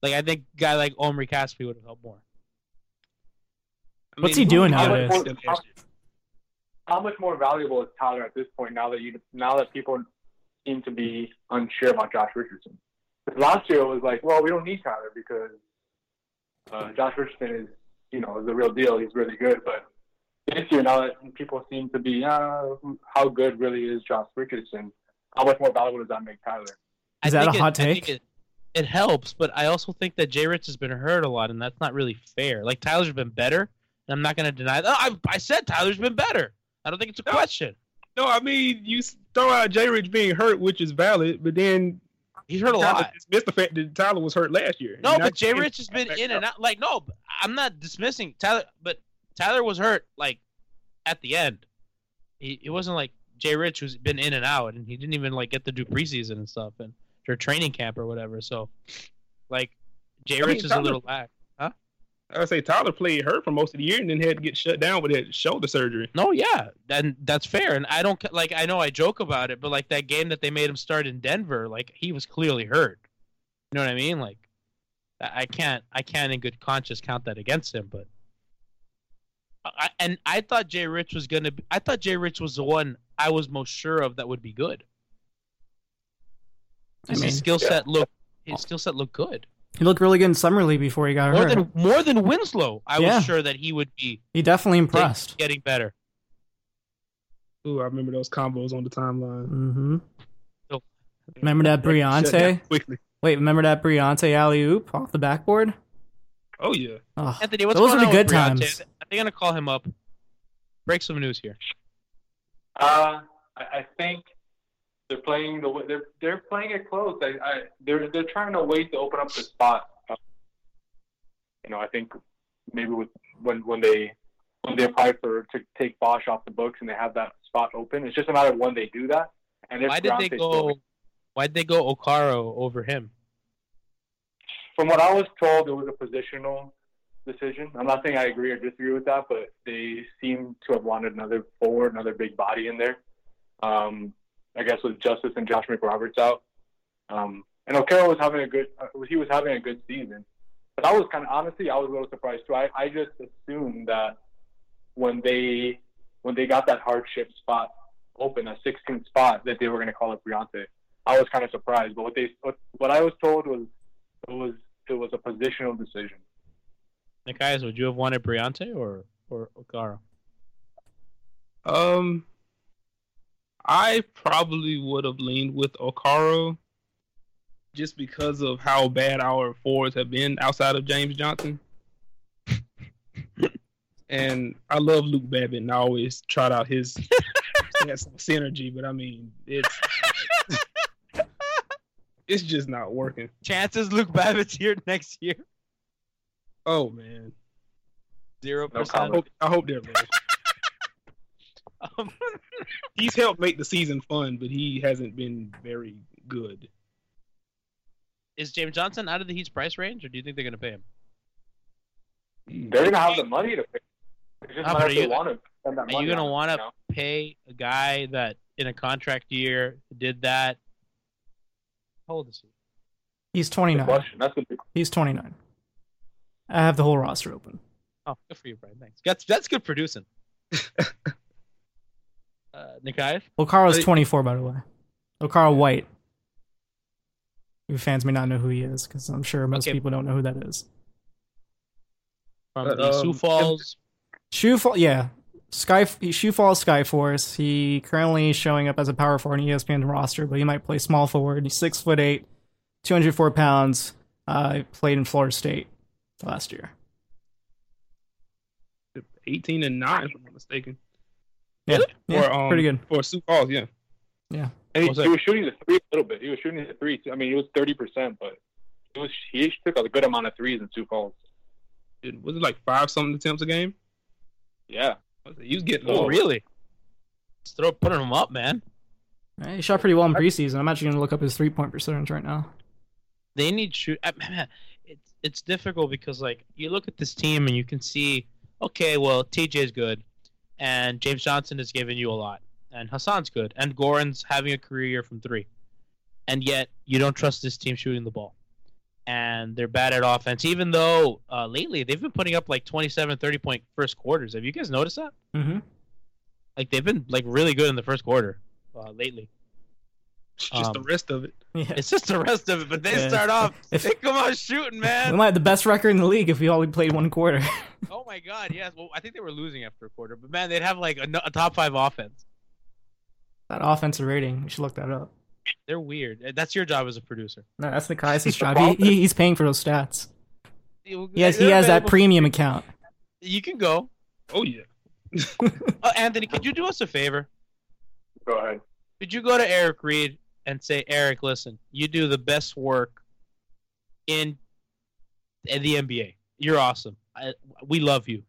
like I think a guy like Omri Caspi would have helped more.
I What's mean, he doing
how,
nowadays?
much more, how, how much more valuable is Tyler at this point now that you now that people seem to be unsure about Josh Richardson? 'Cause Last year it was like, well, we don't need Tyler because uh, Josh Richardson is you know is the real deal. He's really good, but this year now that people seem to be, uh, how good really is Josh Richardson? How much more valuable does that make Tyler?
Is that
think
a hot
I think
take?
It, it helps, but I also think that Jay Rich has been hurt a lot, and that's not really fair. Like Tyler's been better, and I'm not going to deny that. Oh, I, I said Tyler's been better. I don't think it's a
No.
question.
No, I mean you s- throw out J. Rich being hurt, which is valid, but then
He's hurt a
Tyler
lot.
dismissed the fact that Tyler was hurt last year.
No,
And now
but Jay
he's
Rich has been
back
in
up.
and out. Like, no, but I'm not dismissing Tyler, but Tyler was hurt like at the end. He, it wasn't like Jay Rich who's been in and out, and he didn't even like get to do preseason and stuff and or training camp or whatever. So, like, Jay
I mean,
Rich is
Tyler-
a little lax.
I would say Tyler played hurt for most of the year and then had to get shut down with that shoulder surgery.
No, yeah, and that's fair. And I don't ca- like. I know I joke about it, but like that game that they made him start in Denver, like he was clearly hurt. You know what I mean? Like, I I can't, I can't in good conscience count that against him. But, I- I, and I thought Jay Rich was gonna. Be, I thought Jay Rich was the one I was most sure of that would be good.
I
His
mean-
skill set looked. His skill set looked good.
He looked really good in summer league before he got
More than
hurt.
more than Winslow, I
Yeah.
was sure that he would be
he definitely impressed.
getting better.
Ooh, I remember those combos on the timeline.
hmm
So-
Remember that
Shut down
Briante?
Quickly.
Wait, remember that Briante alley oop off the backboard?
Oh yeah.
Ugh.
Anthony, what's
Those
going
were the
on
good
with Briante?
times.
Are they gonna call him up? Break some news here.
Uh, I, I think they're playing the way- they're they're playing it close. I, I they're they're trying to wait to open up the spot. Uh, You know, I think maybe with when when they when they apply for to take Bosch off the books and they have that spot open, it's just a matter of when they do that. And if
Why did they
Bronte still-
go? Why did they go Okaro over him?
From what I was told, it was a positional decision. I'm not saying I agree or disagree with that, but they seem to have wanted another forward, another big body in there. Um, I guess with Justice and Josh McRoberts out, um, and O'Carroll was having a good uh, he was having a good season, but I was kind of honestly I was a little surprised too. I, I just assumed that when they when they got that hardship spot open, a 16th spot, that they were going to call up Briante. I was kind of surprised, but what they what, what I was told was it was it was a positional decision.
Nikias, would you have wanted Briante or or Okaro?
Um, I probably would have leaned with Okaro just because of how bad our forwards have been outside of James Johnson. and I love Luke Babbitt, and I always trot out his sense of synergy, but I mean, it's it's just not working.
Chances Luke Babbitt's here next year.
Oh man,
Zero
No
I
percent.
comment.
hope, I hope they're low.
Um,
He's helped make the season fun, but he hasn't been very good.
Is James Johnson out of the Heat's price range, or do you think they're gonna pay him?
They're gonna have the money to pay. It's just
Ah, but
a matter
are
if they
you-
want to spend that
Are
money
you gonna
on it,
want
you
to
know?
pay a guy that in a contract year did that? How old is he?
He's
That's
29.
the question. That's the big
He's 29. I have the whole roster open.
Oh, good for you, Brian. Thanks. That's that's good producing. uh, Nikias.
Okaro's
Hey.
24, by the way. Okaro White. You fans may not know who he is because I'm sure most
Okay.
people don't know who that is.
from
Uh,
the Sioux
um,
Falls.
Shoe fall, yeah. Sky Shoe Falls Skyforce. He currently is showing up as a power forward E in ESPN roster, but he might play small forward. He's six foot eight, 204 pounds. Uh, he played in Florida State last year.
18 and 9, if I'm not mistaken.
Yeah, yeah
Or, um,
pretty good.
For Sioux Falls, yeah.
And
What's that?
he, he was shooting the three a little bit. He was shooting the three. I mean, he was thirty percent, but it was he took a good amount of threes in two falls.
It, was it like five something attempts a game?
Yeah,
Was it- You get
Oh,
low.
really? Just throw putting them up, man.
Yeah, He shot pretty well in preseason. I'm actually going to look up his three point percentage right now.
They need shoot. I- Man, it's it's difficult because like you look at this team and you can see, okay, well TJ's good, and James Johnson has given you a lot, and Hassan's good, and Goran's having a career year from three, and yet you don't trust this team shooting the ball. And they're bad at offense, even though uh, lately they've been putting up like 27, 30 point first quarters. Have you guys noticed that?
Mm-hmm.
Like they've been like really good in the first quarter uh, lately.
It's just the
Um,
rest of it.
Yeah.
It's just the rest of it, but they
Yeah.
start off.
If-
They come out shooting,
We
man.
might have the best record in the league if we only played one quarter.
Oh my god, yes. Well, I think they were losing after a quarter, but man, they'd have like a, a top five offense.
that offensive rating, you should look that up.
They're weird. That's your job as a producer.
No, that's the Kaiser's job. He, he, he's paying for those stats. He has, he
They're
has that
available-
premium account.
You can go.
Oh yeah.
Uh, Anthony, could you do us a favor?
Go ahead.
Could you go to Eric Reed and say, Eric, listen, you do the best work in, in the NBA. You're awesome. I, we love you.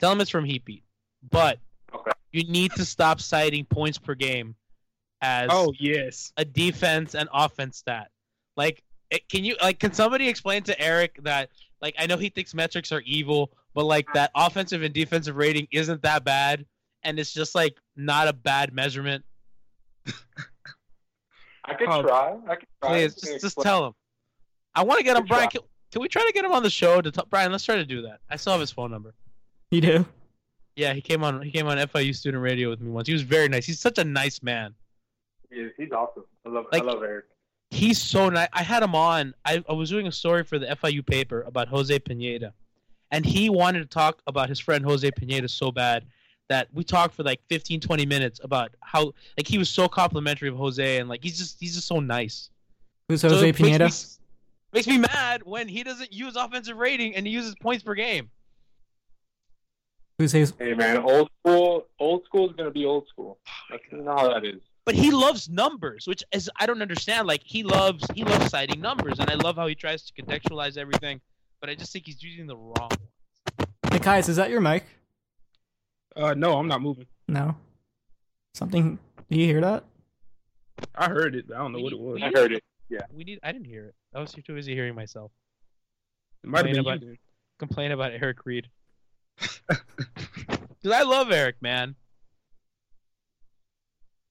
Tell him it's from Heat Beat, but
Okay.
you need to stop citing points per game as
Oh yes.
a defense and offense stat. Like, it- can you like can somebody explain to Eric that like I know he thinks metrics are evil, but like that offensive and defensive rating isn't that bad, and it's just like not a bad measurement.
I could
Oh,
try. I could
Please,
try. Can you
just, just
explain-
tell him. I want to get him,
Good
Brian. Can,
try.
can we try to get him on the show? To t- Brian, let's try to do that. I still have his phone number.
You do?
Yeah, he came on. He came on FIU student radio with me once. He was very nice. He's such a nice man.
He is- He's awesome. I love.
Like-
I love Eric.
he's so nice. I had him on. I, I was doing a story for the FIU paper about Jose Pineda, and he wanted to talk about his friend Jose Pineda so bad that we talked for like 15, 20 minutes about how like he was so complimentary of Jose and like he's just he's just so nice.
Who's
So
Jose
it makes
Pineda?
me- Makes me mad when he doesn't use offensive rating and he uses points per game.
Who's his?
Hey man, old school. Old school is gonna be old school. That's you know how that is.
Oh But he loves numbers, which is I don't understand. Like he loves he loves citing numbers, and I love how he tries to contextualize everything. But I just think he's using the wrong one.
Hey, Kais, is that your mic?
Uh no, I'm not moving.
No. Something. Do you hear that?
I heard it, but I don't know what it was.
I heard it.
We need. I didn't hear it. I was too busy hearing myself
It might have been
Complain
you. then.
complain about Eric Reed. Cause I love Eric, man.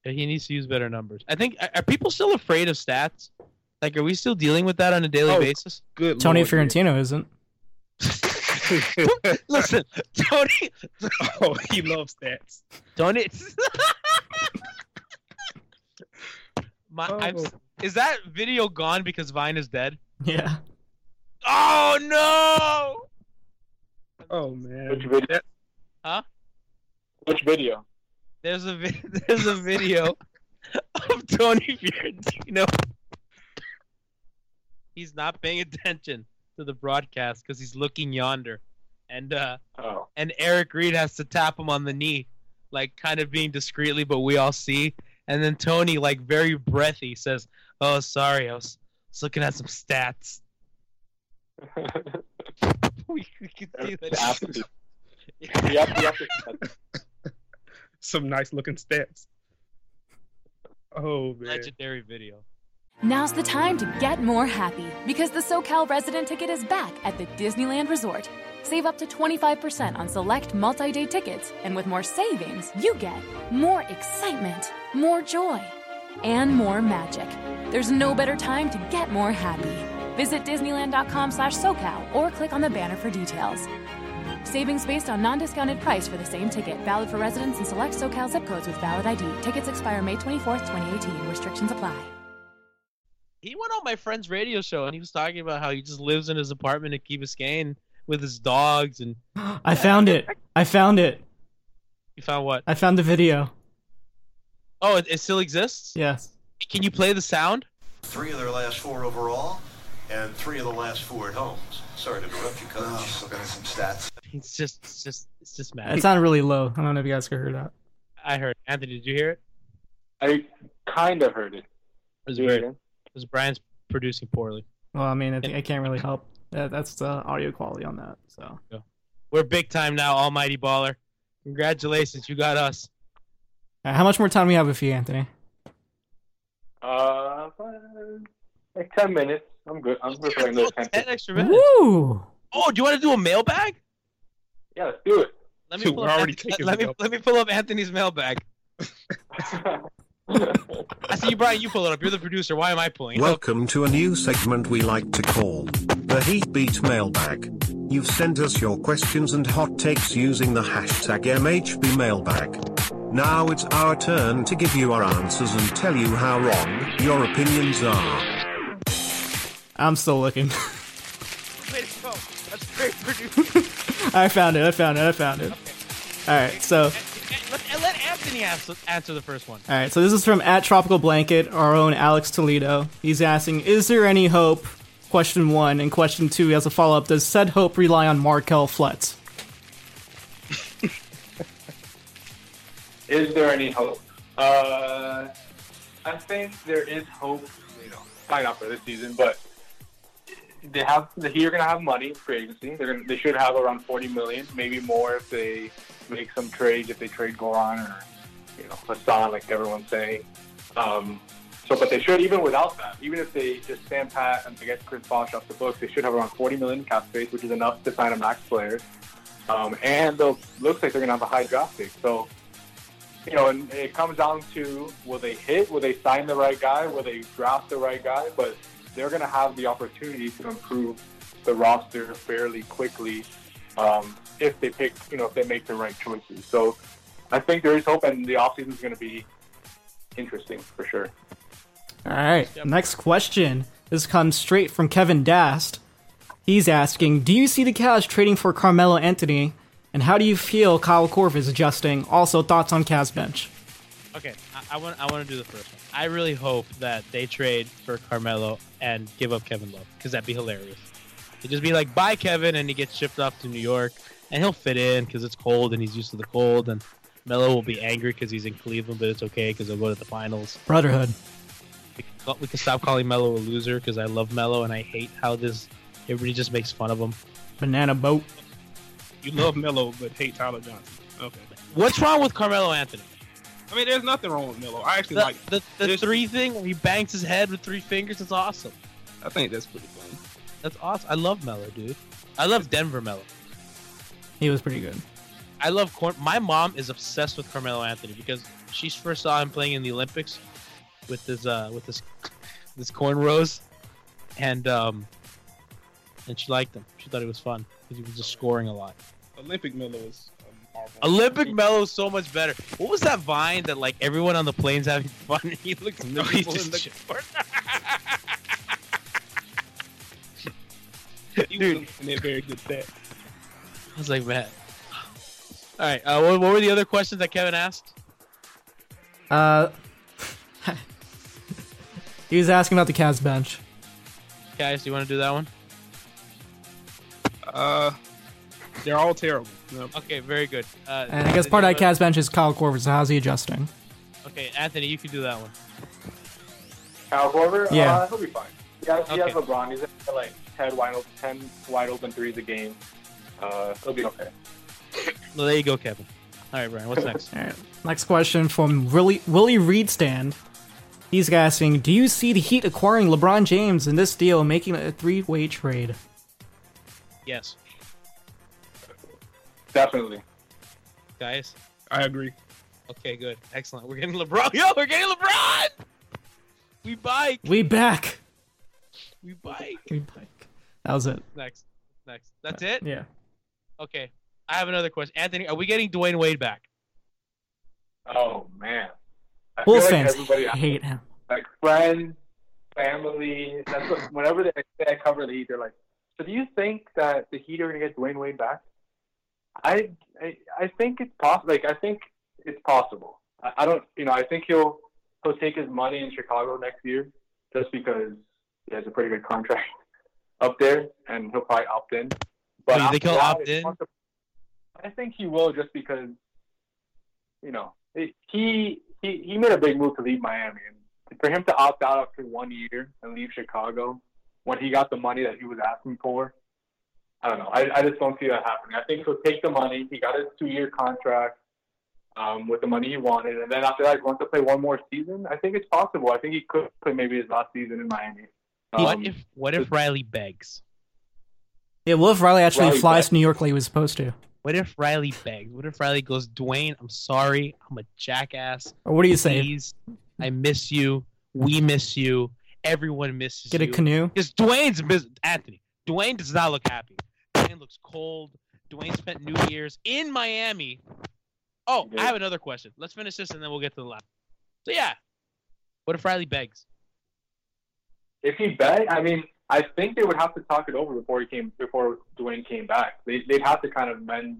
And He needs to use better numbers. I think. Are are people still afraid of stats? Like, are we still dealing with that on a daily
Oh.
basis?
Good
Tony
Lord, yeah.
Fiorentino isn't.
Listen, Tony.
Oh, he loves stats.
Tony. My,
Oh.
I'm, s- is that video gone because Vine is dead?
Yeah.
Oh no!
Oh
Which
man.
video?
Huh?
Which video?
There's a vi- there's a video of Tony Fiorentino. He's not paying attention to the broadcast because he's looking yonder, and uh,
Oh,
and Eric Reed has to tap him on the knee, like kind of being discreetly, but we all see. And then Tony, like very breathy, says, "Oh, sorry, I was, was looking at some stats." we, we can see
the
that.
after. The after. The after.
Some nice looking stats. Oh man.
Legendary video.
Now's the time to get more happy because the SoCal resident ticket is back at the Disneyland Resort. Save up to 25% on select multi day tickets, and with more savings, you get more excitement, more joy, and more magic. There's no better time to get more happy. Visit Disneyland.com slash SoCal or click on the banner for details. Savings based on non discounted price for the same ticket, valid for residents in select SoCal zip codes with valid ID. Tickets expire May 24th, 2018. Restrictions apply.
he went on my friend's radio show and he was talking about how he just lives in his apartment in Key Biscayne with his dogs and
I found it. I found it.
he found what?
I found the video.
Oh, it, it still exists.
Yes.
Can you play the sound?
three of their last four overall and three of the last four at homes. Sorry to interrupt you, coach. looking at some stats.
It's just, it's just, it's just mad.
It sounded really low. I don't know if you guys could hear that.
I heard. Anthony, did you hear it?
I kind of heard it.
It was weird. It was Brian's producing poorly.
Well, I mean, I, think I can't really help. That, that's the audio quality on that. So
We're big time now, Almighty Baller. Congratulations, you got us.
Uh, how much more time we have with you, Anthony?
Uh, like ten minutes. I'm good. I'm good for another ten.
Ten extra minutes.
Woo!
Oh, do you want to do a mailbag?
Yeah, let's do
Let
Dude,
pull
we're
up
already
Anthony-
taking
let me
mail-
let me pull up Anthony's mailbag.
it.
I see you, Brian. You pull it up. You're the producer. Why am I pulling? it up?
Welcome to a new segment we like to call the Heatbeat Mailbag. You've sent us your questions and hot takes using the hashtag MHB Mailbag. Now it's our turn to give you our answers and tell you how wrong your opinions are.
I'm still looking.
Way to go. That's very produced.
I found it. I found it. I found it. All right. So, all
Let, let Anthony answer, answer the first one.
right. So this is from at Tropical Blanket, our own Alex Toledo. He's asking, "Is there any hope?" Question one and question two as a follow up. Does said hope rely on Markel Flutz?
Is there any hope? Uh, I think there is hope. You know, probably not for this season, but they have. The Heat are going to have money in free agency. They're gonna, they should have around forty million, maybe more if they make some trades. If they trade Goran or you know Hassan, like everyone's saying. Um, so, but they should even without that, even if they just stand pat and they get Chris Bosh off the books, they should have around forty million in cap space, which is enough to sign a max player. Um, and they'll looks like they're going to have a high draft pick. So you know, and it comes down to will they hit, will they sign the right guy, will they draft the right guy, but they're going to have the opportunity to improve the roster fairly quickly um, if they pick, you know, if they make the right choices. So I think there is hope, and the offseason is going to be interesting for sure.
All right. Next question. This comes straight from Kevin Dast. He's asking, "Do you see the Cavs trading for Carmelo Anthony, and how do you feel Kyle Korver is adjusting? Also, thoughts on Cavs bench?"
Okay, I, I want I want to do the first one. I really hope that they trade for Carmelo and give up Kevin Love because that'd be hilarious. It'd just be like, bye Kevin, and he gets shipped off to New York, and he'll fit in because it's cold and he's used to the cold, and Melo will be angry because he's in Cleveland, but it's okay because they'll go to the finals.
Brotherhood.
We can, we can stop calling Melo a loser because I love Melo and I hate how this everybody just makes fun of him.
Banana boat.
You love Melo but hate Tyler Johnson. Okay.
What's wrong with Carmelo Anthony?
I mean, there's nothing wrong with Melo. I actually
The,
like.
the, the three thing where he bangs his head with three fingers is awesome.
I think that's pretty funny.
That's awesome. I love Melo, dude. I love Denver Melo.
He was pretty good.
I love corn. My mom is obsessed with Carmelo Anthony because she first saw him playing in the Olympics with his uh with this this cornrows, and um and she liked him. She thought he was fun because he was just scoring a lot.
Olympic Melo is um, awful.
Olympic Melo is so much better. What was that vine that like everyone on the plane's having fun and he looks miserable in the
He Dude. was a very good stat.
I was like, man. All right. Uh, what, what were the other questions that Kevin asked?
Uh, he was asking about the Cavs bench.
Guys, do you want to do that one?
Uh, they're all terrible.
Okay, very good. Uh,
And I guess part of that Cavs bench is Kyle Korver. So how's he adjusting?
Okay, Anthony, you can do that one.
Kyle Korver,
Yeah.
uh, he'll be fine. He has, he has
Okay.
LeBron. He's gonna hit, like 10 wide open, 10 wide open threes a game. Uh, he'll be okay.
Well, there you go, Kevin. All right, Brian. What's next?
All right. Next question from Willie, Willie Reed Stand. He's asking, "Do you see the Heat acquiring LeBron James in this deal, making it a three-way trade?"
Yes,
Definitely.
guys.
I agree.
Okay, good, excellent. We're getting LeBron. Yo, we're getting LeBron. We bike.
We back.
We bike.
We back. That was it.
Next, next. That's it.
Yeah.
Okay. I have another question, Anthony. Are we getting Dwayne Wade back?
Oh man, I
Bulls
feel
fans
everybody-
hate him.
Like friends, family. That's what, whenever they say I cover the Heat, they're like, "So do you think that the Heat are going to get Dwayne Wade back?" I I, I think it's possible. Like I think it's possible. I, I don't. You know, I think he'll he'll take his money in Chicago next year just because he has a pretty good contract up there, and he'll probably opt in. But
Wait, you think he'll
after that,
opt
it's
in?
possible- I think he will, just because you know it, he he he made a big move to leave Miami, and for him to opt out after one year and leave Chicago when he got the money that he was asking for, I don't know. I, I just don't see that happening. I think he'll take the money. He got his two-year contract um, with the money he wanted, and then after that, he wants to play one more season. I think it's possible. I think he could play maybe his last season in Miami.
what
um,
if What if Riley begs?
Yeah. What if Riley actually
Riley
flies
back.
to New York like he was supposed to?
What if Riley begs? What if Riley goes, Dwayne? I'm sorry. I'm a jackass.
Or what do you say?
Please I miss you. We miss you. Everyone misses
Get a
you.
canoe?
Because Dwayne's mis- Anthony. Dwayne does not look happy. Dwayne looks cold. Dwayne spent New Year's in Miami. Oh, I have another question. Let's finish this and then we'll get to the last. So yeah, what if Riley begs?
If he begged, I mean, I think they would have to talk it over before he came, before Dwayne came back. They, they'd have to kind of mend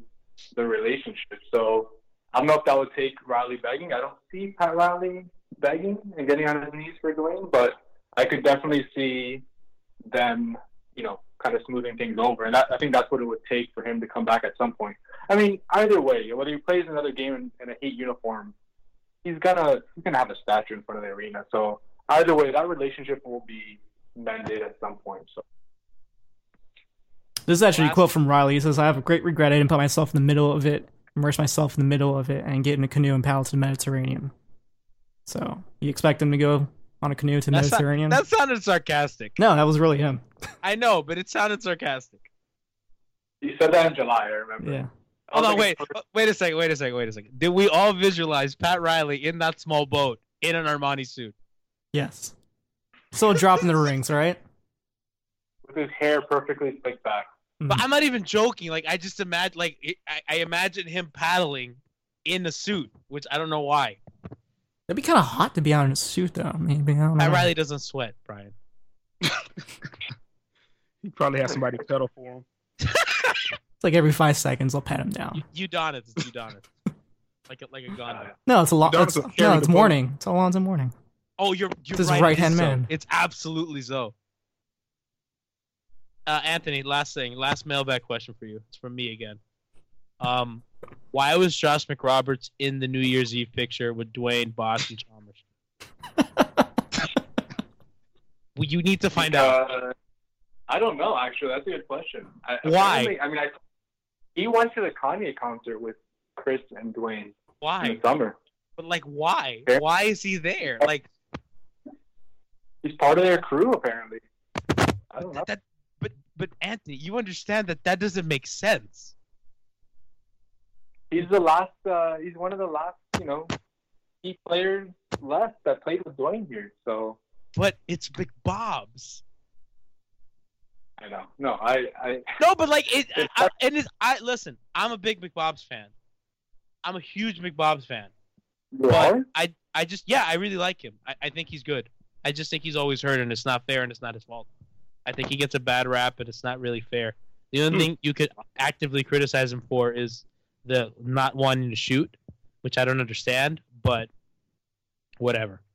the relationship. So I don't know if that would take Riley begging. I don't see Pat Riley begging and getting on his knees for Dwayne, but I could definitely see them, you know, kind of smoothing things over. And that, I think that's what it would take for him to come back at some point. I mean, either way, whether he plays another game in, in a Heat uniform, he's gonna he's gonna have a statue in front of the arena. So either way, that relationship will be mended at some point. So
This is actually a quote from Riley. He says, I have a great regret I didn't put myself in the middle of it, immerse myself in the middle of it, and get in a canoe and paddle to the Mediterranean. So, you expect him to go on a canoe to the
That's not-
Mediterranean?
that sounded sarcastic.
no, that was really him.
I know, but it sounded sarcastic.
he said that in July. I remember.
Yeah.
Hold on, Oh, wait, wait a second, wait a second, wait a second. Did we all visualize Pat Riley in that small boat in an Armani suit?
Yes. Still dropping the rings, right?
With his hair perfectly slicked back.
Hmm.
But I'm not even joking. Like I just imagine, like it- I, I imagine him paddling in a suit, which I don't know why.
That'd be kind of hot to be out in a suit, though. Maybe I don't know.
Pat Riley doesn't sweat, Brian.
He probably has somebody pedal for him.
It's like every five seconds, I'll pat him down.
Udonis, it's Udonis, like a, like a gun.
No, it's a lot.
Udonis
It's,
will
no,
carry
it's
the boat.
morning. It's Alonzo morning.
Oh, you're you're
This is
right.
right-hand
it is Zoe.
man.
It's absolutely so. Uh, Anthony, last thing, last mailbag question for you. It's from me again. Um, why was Josh McRoberts in the New Year's Eve picture with Dwayne, Boss, and Chalmers? well, you need to find out.
Uh, I don't know. Actually, that's a good question. I,
Why?
apparently- I mean, I, he went to the Kanye concert with Chris and Dwayne in
Why?
the summer.
But like, why? Why is he there? Like,
He's part of their crew, apparently. I don't know.
That, but but Anthony, you understand that that doesn't make sense.
He's the last. Uh, he's one of the last, you know, key players left that played with Dwayne here. So
But it's Big Bob's.
I know. No, I. I
No, but like it, I, I- and it's, I listen. I'm a big McBob's fan. I'm a huge McBob's fan.
You
but
are?
I, I just yeah, I really like him. I, I think he's good. I just think he's always hurt, and it's not fair, and it's not his fault. I think he gets a bad rap, and it's not really fair. The
Hmm.
only thing you could actively criticize him for is the not wanting to shoot, which I don't understand, but whatever.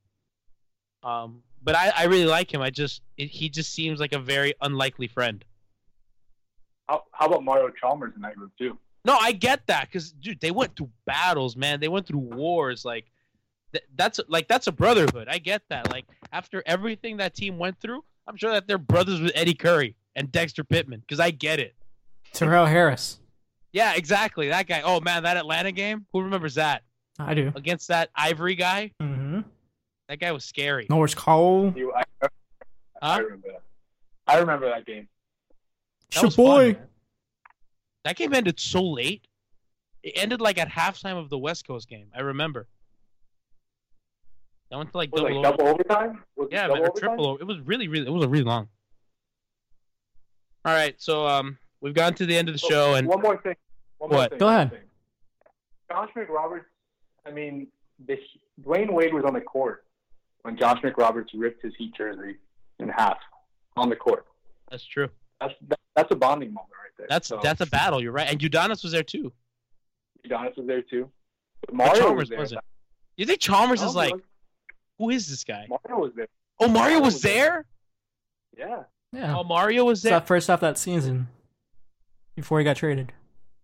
Um, but I, I really like him. I just it, he just seems like a very unlikely friend.
How, how about Mario Chalmers in that group too?
No, I get that because dude, they went through battles, man. They went through wars. Like th- that's like that's a brotherhood. I get that. Like after everything that team went through, I'm sure that they're brothers with Eddie Curry and Dexter Pittman because I get it.
Terrell Harris.
Yeah, exactly. That guy. Oh man, that Atlanta game. Who remembers that
I do.
against that Ivory guy?
Mm-hmm.
That guy was scary.
Norris Cole.
You, I,
I
remember that. I remember that game.
It's your boy.
That game ended so late. It ended like at halftime of the West Coast game. I remember. That went to like
Was it,
double,
like,
over-
double overtime? Was it
yeah,
double
or
overtime?
triple. Over. It was really, really. It was really long. All right, so um, we've gotten to the end of the show, and
Oh, one more thing. One more
What?
thing.
Go ahead.
Josh McRoberts. I mean, the, Dwayne Wade was on the court when Josh McRoberts ripped his Heat jersey in half on the court.
that's true.
That's that, that's a bonding moment right there.
That's
So,
that's a battle. You're right, and Udonis was there too.
Giannis was there too. But
But
Mario
Chalmers
was there.
not You think Chalmers is
Chalmers
like, who is this guy?
Oh, Mario was there.
Oh, Mario was there.
Yeah.
Yeah.
Oh, Mario was
It's
there.
that first half that season before he got traded.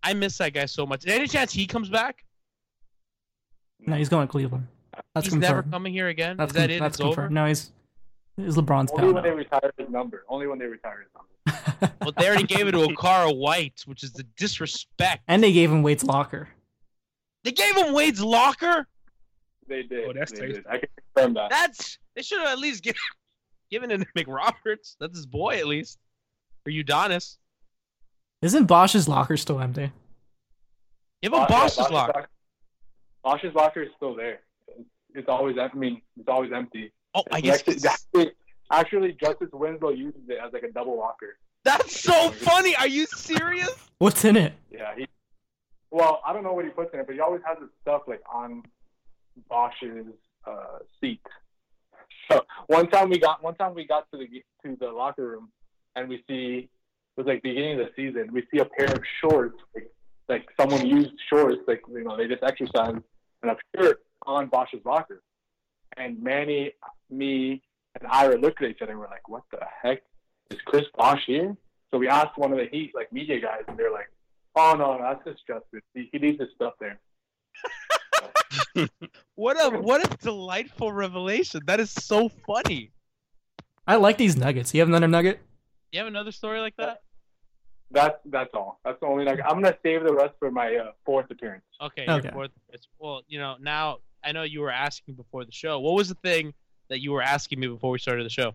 I miss that guy so much. Any chance he comes back?
No, he's going to Cleveland. That's
he's
confirmed.
never coming here again.
That's
is that
con-
it?
That's
it's
confirmed.
over.
No, he's is LeBron's
Only
pound.
when
up.
they retire his number. Only when they retire his number.
Well, they already gave it to Okara White, which is the disrespect.
And they gave him Wade's locker.
They gave him Wade's locker.
They did.
Oh, that's
They did. I can confirm that.
That's they should have at least given given it to McRoberts. That's his boy at least. Or Udonis.
Isn't Bosch's locker still empty?
Give him
Bosch- yeah,
Boss's
Bosch's
locker.
Bosch's locker is still there. It's, it's always I mean it's always empty.
Oh, I
It's
guess
actually, actually, actually Justice Winslow uses it as like a double walker.
That's so funny. Are you serious?
What's in it?
Yeah, he. Well, I don't know what he puts in it, but he always has his stuff like on Bosch's uh, seat. So one time we got one time we got to the to the locker room, and we see it was like beginning of the season. We see a pair of shorts, like like someone used shorts, like you know they just exercised, and a shirt on Bosch's locker. And Manny, me, and Ira looked at each other and we're like, "What the heck is Chris Bosch here?" So we asked one of the Heat like media guys, and they're like. Oh no, no, that's just Justin. He, he needs his stuff there.
What a what a delightful revelation. That is so funny.
I like these nuggets. You have another nugget?
You have another story like that?
That's that's all. That's the only. Like, I'm gonna save the rest for my uh, fourth appearance.
Okay,
Okay.
Your fourth, it's- well, you know, now I know you were asking before the show. What was the thing that you were asking me before we started the show?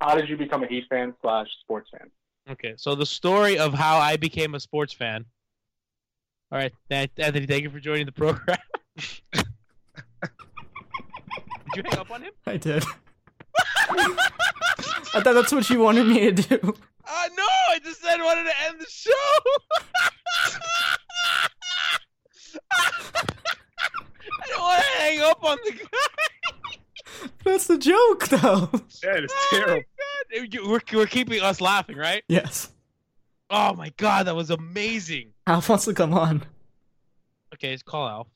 How did you become a Heat fan slash sports fan?
Okay, so the story of how I became a sports fan. All right, Th- Anthony, thank you for joining the program. Did you hang up on him?
I did. I thought that's what you wanted me to do.
Uh, no, I just said I wanted to end the show. I don't want to hang up on the guy. Oh
That's the joke, though.
That is terrible. We're, we're keeping us laughing, right?
Yes.
Oh my god, that was amazing.
Alf wants to come on.
Okay, it's call Alf.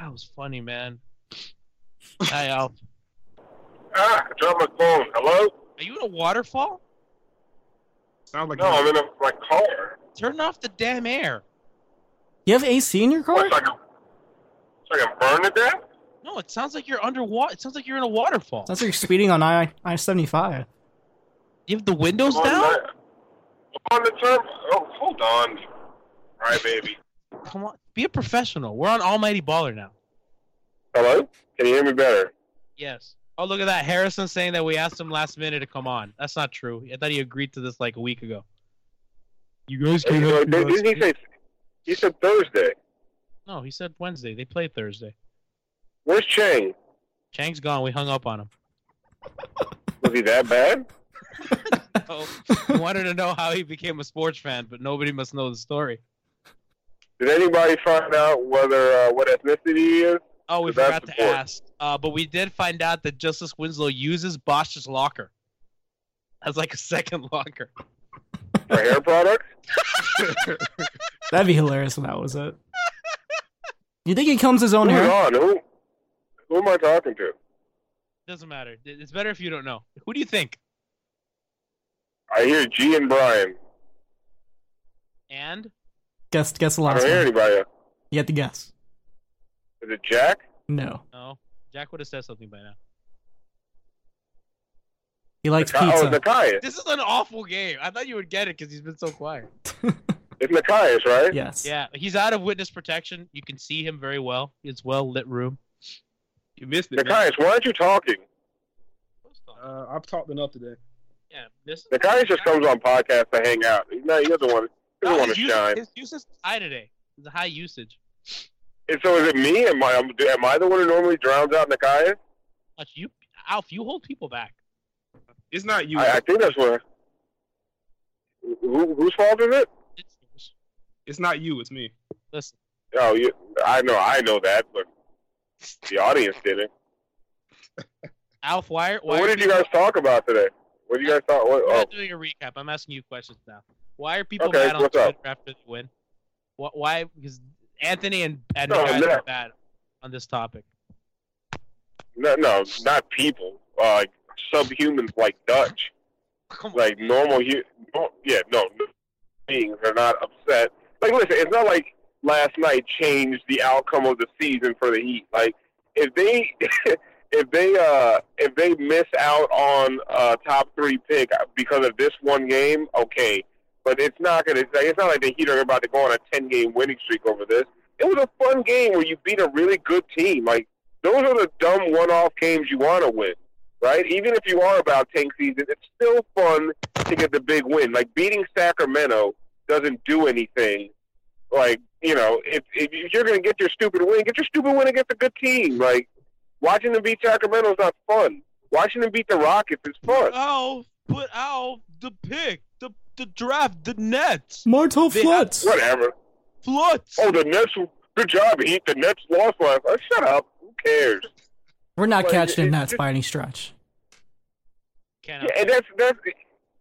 That was funny, man. Hi, Alf.
Ah, John McClone. Hello?
Are you in a waterfall?
Sounds like no, I'm in a, my car.
Turn off the damn air.
You have AC in your car?
It's like I'm burning to death.
No, it sounds like you're underwater. It sounds like you're in a waterfall.
That's like you're speeding on I I seventy five.
You have the windows
I'm on the- I'm on the term. Oh, hold on. All right, baby.
Come on, be a professional. We're on Almighty Baller now.
Hello? Can you hear me better?
Yes. Oh, look at that. Harrison saying that we asked him last minute to come on. That's not true. I thought he agreed to this like a week ago. You guys
Hey,
came
you know,
up to
did-
us.
didn't he say? He said Thursday.
No, he said Wednesday. They played Thursday.
Where's Chang?
Chang's gone. We hung up on him.
Was he that bad?
So, we wanted to know how Oh, he became a sports fan, but nobody must know the story.
Did anybody find out whether uh, what ethnicity he is?
Oh, we
That's
forgot to
important.
ask. Uh, but we did find out that Justice Winslow uses Bosch's locker as like a second locker.
For hair products?
That'd be hilarious if that was it. You think he combs his own
Who's
hair?
on? Who, who am I talking to?
Doesn't matter. It's better if you don't know. Who do you think?
I hear G and Brian.
And?
Guess guess the
I
last
don't hear
one.
anybody. else.
You have to guess.
Is it Jack?
No.
No. Jack would have said something by now.
He likes
Nakia-
pizza.
Oh, Nakia.
This is an awful game. I thought you would get it because he's been so quiet.
It's Matthias, right?
Yes.
Yeah, he's out of witness protection. You can see him very well. It's well lit room. You missed it.
Matthias, why aren't you talking?
Uh, I've talked enough today.
Yeah, this.
Matthias just comes on podcasts to hang out. He's not, he doesn't want, he doesn't
No,
want
his,
to
usage,
shine.
his usage is high today. It's a high usage.
And so is it me? Am I, am I the one who normally drowns out Nakia?
Watch, you, Alf, you hold people back.
It's not you.
I, I think that's where. Who, whose fault is it?
It's not you. It's me.
Listen.
Oh, you, I know, I know that, but the audience didn't.
Alf, why are,
Well,
why
what
are
did you guys talk about today? What did you guys talk? What,
We're
oh,
not doing a recap. I'm asking you questions now. Why are people
Okay,
mad on
what's
Twitter
up?
after they win? Wh- Why? Because Anthony and, and
No,
guys
no.
are bad on this topic.
no, no, not people. Uh, like subhumans, like Dutch, like normal. hu- no- Yeah, no, no beings are not upset. Like, listen, it's not like last night changed the outcome of the season for the Heat. Like, if they, if they, uh, if they miss out on uh, top three pick because of this one game, okay. But it's not gonna. It's, like, it's not like the Heat are about to go on a ten game winning streak over this. It was a fun game where you beat a really good team. Like those are the dumb one off games you want to win, right? Even if you are about tank season, it's still fun to get the big win. Like beating Sacramento doesn't do anything Like, you know, if, if you're going to get your stupid win, get your stupid win against a good team. Like, watching them beat Sacramento's not fun. Watching them beat the Rockets is fun.
Oh, but oh, the pick, the the draft, the Nets.
Martel Flutz.
Whatever.
Flutz.
Oh, the Nets. Good job, Heat. The Nets lost last. Uh, shut up. Who cares?
We're not
Like,
catching
it-
nuts
it-
by any stretch.
Yeah, and that's that's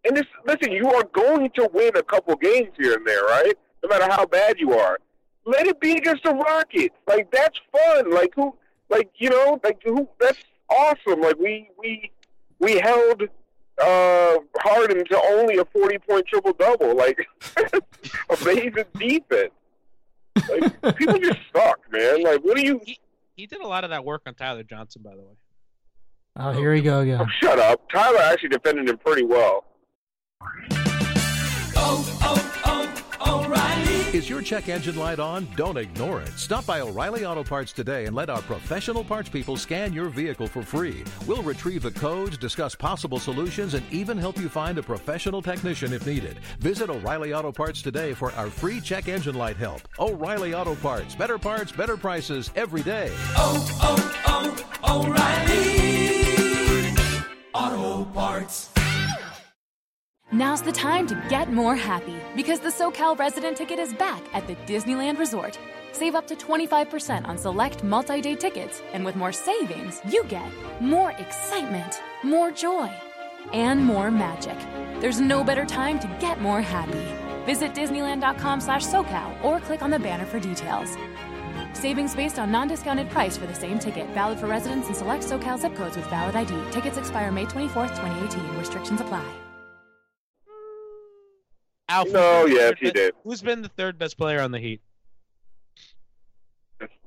and this. Listen, you are going to win a couple games here and there, right? No matter how bad you are, let it be against the Rockets. Like that's fun. Like who? Like you know? Like who? That's awesome. Like we we we held uh Harden to only a forty point triple double. Like amazing defense. Like people just suck, man. Like what do you?
He did a lot of that work on Tyler Johnson, by the way.
Oh, here we go again.
Shut up. Tyler actually defended him pretty well.
Oh,
Is your check engine light on? Don't ignore it. Stop by O'Reilly Auto Parts today and let our professional parts people scan your vehicle for free. We'll retrieve the codes, discuss possible solutions, and even help you find a professional technician if needed. Visit O'Reilly Auto Parts today for our free check engine light help. O'Reilly Auto Parts. Better parts, better prices every day.
Oh, Auto Parts.
Now's the time to get more happy because the SoCal resident ticket is back at the Disneyland Resort. Save up to 25% on select multi day tickets, and with more savings, you get more excitement, more joy, and more magic. There's no better time to get more happy. Visit Disneyland.com slash SoCal or click on the banner for details. Savings based on non discounted price for the same ticket, valid for residents in select SoCal zip codes with valid ID. Tickets expire May 24th, 2018. Restrictions apply.
Alfred.
No, yes, he did.
Who's been the third best player on the Heat?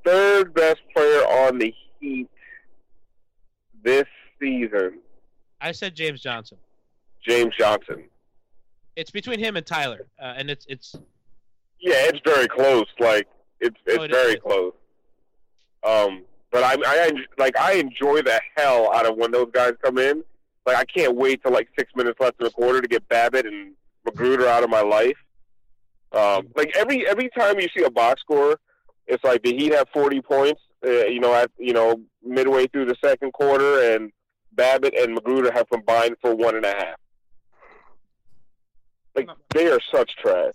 third best player on the Heat this season,
I said James Johnson.
James Johnson.
It's between him and Tyler, uh, and it's it's
Yeah, it's very close. Like it's it's
Oh, it
very
is.
close. Um, but I I en- like I enjoy the hell out of when those guys come in. Like I can't wait till like six minutes left in the quarter to get Babbitt and Magruder out of my life. Um, like every every time you see a box score, it's like the Heat have forty points. Uh, you know, at you know midway through the second quarter, and Babbitt and Magruder have combined for one and a half. Like they are such trash.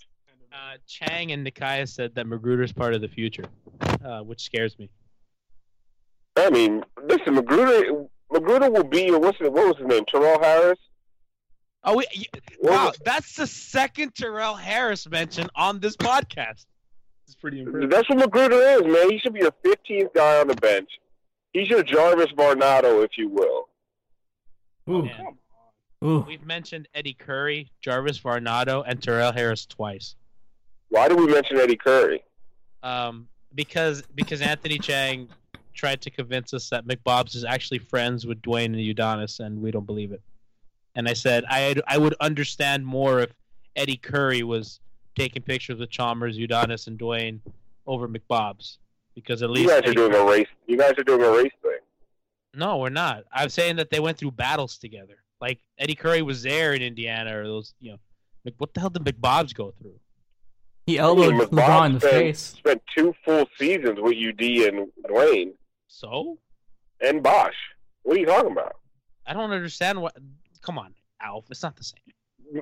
uh, Chang and Nikaya said that Magruder's part of the future, uh, which scares me.
I mean, listen, Magruder, Magruder will be what's his, what was his name? Terrell Harris.
Oh, we, y- wow, that's the second Terrell Harris mention on this podcast.
It's pretty
That's what Magruder is, man. He should be the fifteenth guy on the bench. He's your Jarvis Barnado, if you will.
Ooh.
We've mentioned Eddie Curry, Jarvis Varnado, and Terrell Harris twice.
Why do we mention Eddie Curry?
Um, because because Anthony Chang tried to convince us that McBobs is actually friends with Dwayne and Udonis, and we don't believe it. And I said I I would understand more if Eddie Curry was taking pictures with Chalmers, Udonis, and Dwayne over McBobs because at
You
least
guys are
Eddie
doing a
Curry-
race. You guys are doing a race thing.
No, we're not. I'm saying that they went through battles together. Like Eddie Curry was there in Indiana, or those you know, like what the hell did McBobs go through?
He elbowed
I mean,
LeBron in the
spent,
face.
Spent two full seasons with UD and Dwayne.
So?
And Bosch. What are you talking about?
I don't understand what. Come on, Alf. It's not the same.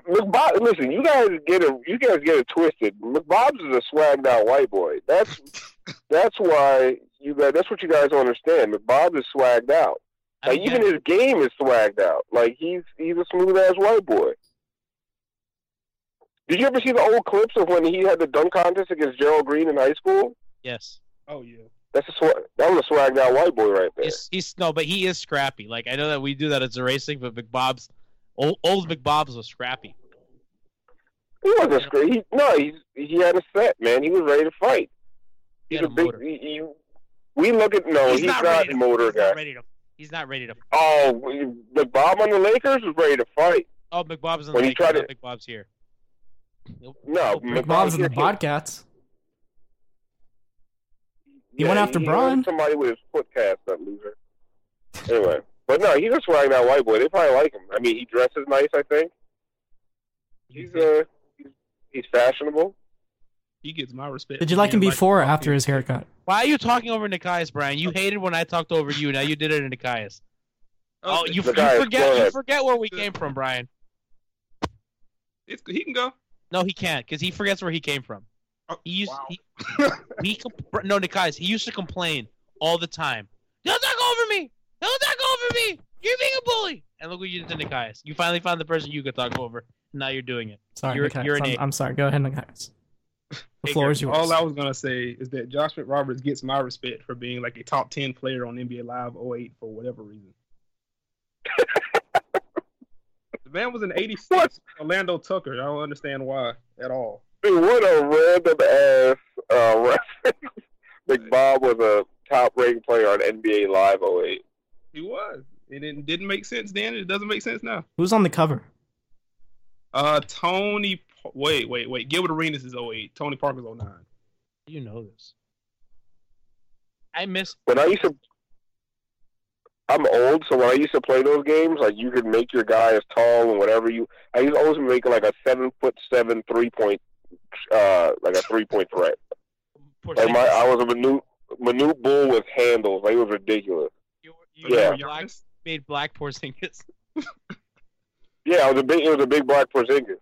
McBob, listen, you guys get a you guys get it twisted. McBob's is a swagged out white boy. That's that's why you guys. That's what you guys don't understand. McBob is swagged out. Like even his game is swagged out. Like he's he's a smooth ass white boy. Did you ever see the old clips of when he had the dunk contest against Gerald Green in high school?
Yes.
Oh yeah.
That's a swag. That was a swagged out white boy right there.
He's, he's no, but he is scrappy. Like I know that we do that as a racing, but McBob's old, old McBob's was scrappy.
He wasn't scra- he, No, he he had a set, man. He was ready to fight. He's a big. He, he, we look at no, he's,
not
not,
ready to-
a motor
he's
guy.
not ready to. He's not ready to.
Oh, the Bob on the Lakers was ready to fight.
Oh, McBob's in the
When he
Lakers,
tried
not McBob's here.
No,
McBob's in the Bobcats. He went after Bron.
Somebody with his foot cast, that loser. Anyway, but no, he's a swagged out white boy. They probably like him. I mean, he dresses
Mm-hmm.
nice. I think he's uh he's, he's fashionable.
He gets my respect.
Did you like him
Man,
before or after his haircut?
Why are you talking over Nikias, Brian? You hated when I talked over you. Now you did it to Nikias. Oh, you, you
Nikias, go
forget you
ahead.
forget where we came from, Brian.
It's, he can go. Oh,
No, he can't because he forgets where he came from. He used he, he comp- no Nikias. He used to complain all the time. Don't talk over me. Don't talk over me. You're being a bully. And look what you did to Nikias. You finally found the person you could talk over. Now you're doing it.
Sorry,
you're,
Nikias.
you're an
I'm,
ape.
I'm sorry. Go ahead, Nikias. The floor is yours.
All I was gonna say is that Josh Roberts gets my respect for being like a top ten player on NBA Live 08 for whatever reason. the man was an '86 Orlando Tucker. I don't understand why at all.
Dude, what a random ass uh, reference. Big Bob was a top ranked player on NBA Live 08.
He was. It didn't, didn't make sense then. and It doesn't make sense now.
Who's on the cover?
Uh, Tony. Pa- Wait, wait, wait. Gilbert Arenas is 08. Tony Parker's 09.
You know this. I miss.
When I used to, I'm old, so when I used to play those games, like you could make your guy as tall and whatever you. I used to always make like a seven foot seven three point, uh, like a three point threat. Like my, I was a minute, minute bull with handles. Like it was ridiculous. yeah,
Black, made black Porzingis.
yeah, I was a big. It was a big black Porzingis.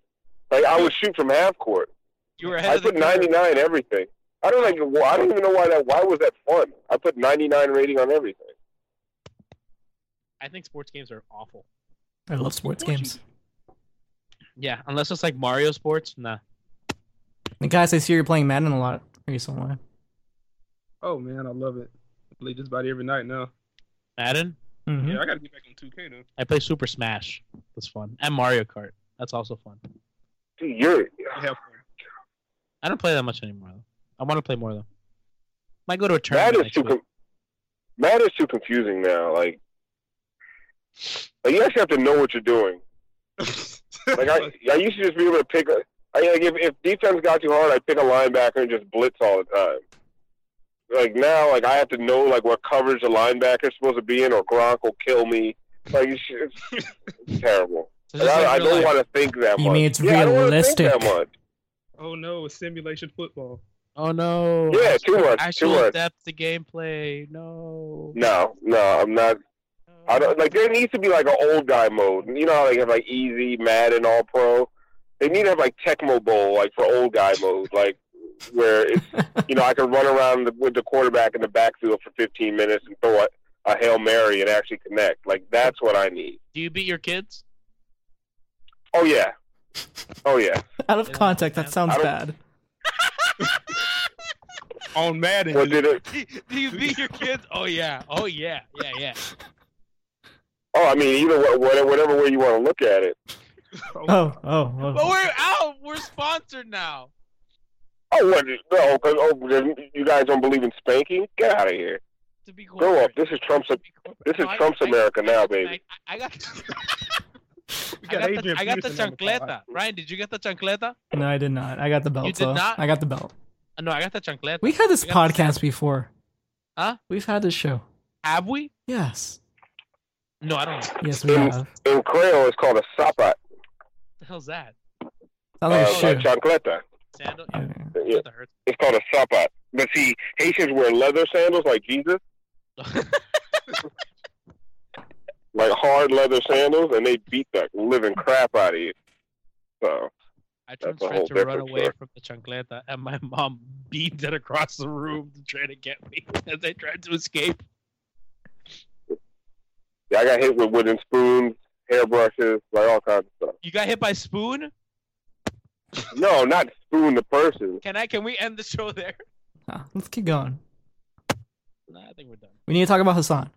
Like I would shoot from half court.
You were ahead
I
of the
put
curve.
99 everything. I don't like. wh- I don't even know why that. Why was that fun? I put 99 rating on everything.
I think sports games are awful.
I love sports games.
Yeah, unless it's like Mario sports. Nah.
Nikias, I see you're playing Madden a lot recently.
Oh man, I love it. I play just about every night now.
Madden.
Yeah, I got to get back on 2K though.
I play Super Smash. That's fun. And Mario Kart. That's also fun.
Dude, you're.
I don't play that much anymore though. I want to play more though. Might go to a
That
tournament.
is
next
too.
week.
Com- that is too confusing now. Like, like you actually have to know what you're doing. like I, I used to just be able to pick. A, I, like if, if defense got too hard, I'd pick a linebacker and just blitz all the time. Like now, like I have to know like what coverage the linebacker's supposed to be in, or Gronk will kill me. Like it's, it's, it's terrible.
So
Like,
just like
I, I
real
don't
life.
want to think that
You
much.
mean it's
yeah, I don't wanna think that
realistic.
much.
Oh no, it's simulation football.
Oh no.
Yeah, too much.
Actual
too much.
depth to gameplay.
Oh.
No.
No, no, I'm not. I don't like. There needs to be like an old guy mode. You know how they have like easy, Madden, All Pro. They need to have like Tecmo Bowl, like for old guy mode, like where it's you know I can run around the, with the quarterback in the backfield for 15 minutes and throw a, a hail mary and actually connect. Like that's what I need.
Do you beat your kids?
Oh yeah, oh yeah.
Out of context, that sounds bad.
On Madden.
What did it?
Do you beat your kids? Oh yeah. Oh yeah. Yeah yeah.
Oh, I mean, either wha- whatever, whatever way you want to look at it.
Oh, oh,
But we're out. We're sponsored now.
Oh, what? No, because oh, you guys don't believe in spanking? Get out of here.
To be
Grow up. This is Trump's. This is
No, I-
Trump's
I-
America now, baby.
I, I got.
We
I got, the,
Adrian
I got the
Peterson on the call.
chancleta. Ryan, did you get the chancleta?
No, I did not. I got the belt.
You did
though.
not?
I got the belt.
Uh, No, I got the chancleta.
We've had this
I got the-
podcast before.
Huh?
We've had this show.
Have we?
Yes.
No, I don't know. What
Yes, we have. Sounds
In Creole, it's called a sapat.
the hell's that?
like
uh,
a shoe.
chancleta.
Sandal?
Yeah. It's called a sapat. But see, Haitians wear leather sandals like Jesus. like hard leather sandals, and they beat the living crap out of you. So,
I tried
that's a whole
to run
different
away
story.
from the chancleta, and my mom beat it across the room to try to get me as I tried to escape.
Yeah, I got hit with wooden spoons, hairbrushes, like all kinds of stuff.
You got hit by spoon?
No, not spoon the person.
Can I? Can we end the show there?
Ah, let's keep going.
Nah, I think we're done.
We need to talk about Hassan.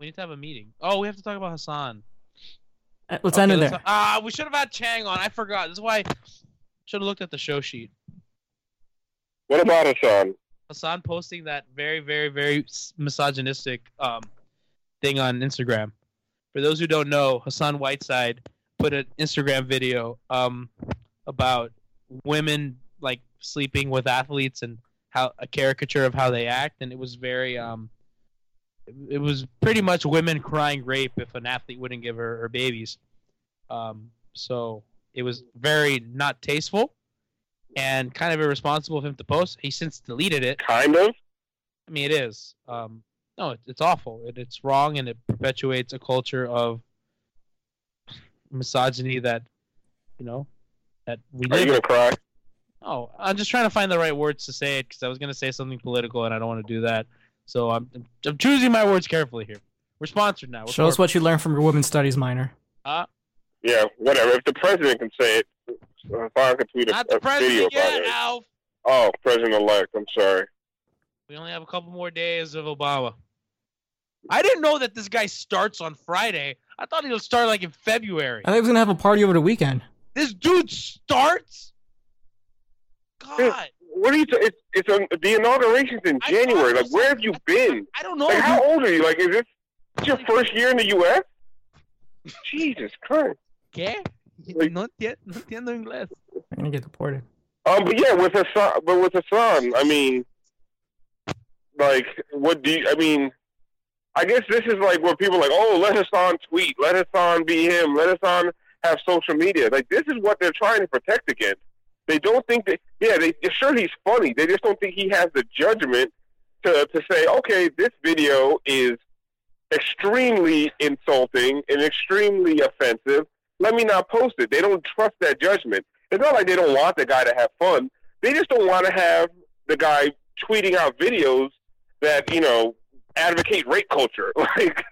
We need to have a meeting. Oh, we have to talk about Hassan.
Uh, Let's
Okay,
end it
let's
there.
not- Ah, we should have had Chang on. I forgot. This is why I should have looked at the show sheet.
What about it, Sean?
Hassan posting that very, very, very s- misogynistic um, thing on Instagram. For those who don't know, Hassan Whiteside put an Instagram video um, about women like sleeping with athletes and how a caricature of how they act, and it was very, um, it- it was pretty much women crying rape if an athlete wouldn't give her her babies. Um, so it was very not tasteful and kind of irresponsible of him to post. He since deleted it.
Kind of.
I mean, it is. Um, no, it, it's awful. It, it's wrong, and it perpetuates a culture of misogyny that, you know, that we.
Are you
live
gonna
in.
cry?
Oh, I'm just trying to find the right words to say it because I was going to say something political and I don't want to do that. So I'm, I'm, I'm choosing my words carefully here. We're sponsored now. We're
Show us
corporate.
what you learned from your women's studies minor.
Uh,
Yeah, whatever. If the president can say it, if I can tweet a,
Not
a
the
video
president
about
yet,
it.
Alf.
Oh, president elect. I'm sorry.
We only have a couple more days of Obama. I didn't know that this guy starts on Friday. I thought he'll start like in February.
I thought he was gonna have a party over the weekend.
This dude starts. God.
What are you? T- it's it's um, the inauguration's in January. Like, where have you been?
I don't know.
Like, how old are you? Like, is this it's your first year in the U.S.? Jesus Christ.
¿Qué? No entiendo, no entiendo inglés.
I'm gonna get deported.
Um, but yeah, with Hassan, but with Hassan, I mean, like, what do you? I mean, I guess this is like where people are like, oh, let Hassan tweet, let Hassan be him, let Hassan have social media. Like, this is what they're trying to protect against. They don't think that. Yeah, they sure he's funny. They just don't think he has the judgment to to say, okay, this video is extremely insulting and extremely offensive. Let me not post it. They don't trust that judgment. It's not like they don't want the guy to have fun. They just don't want to have the guy tweeting out videos that you know advocate rape culture. Like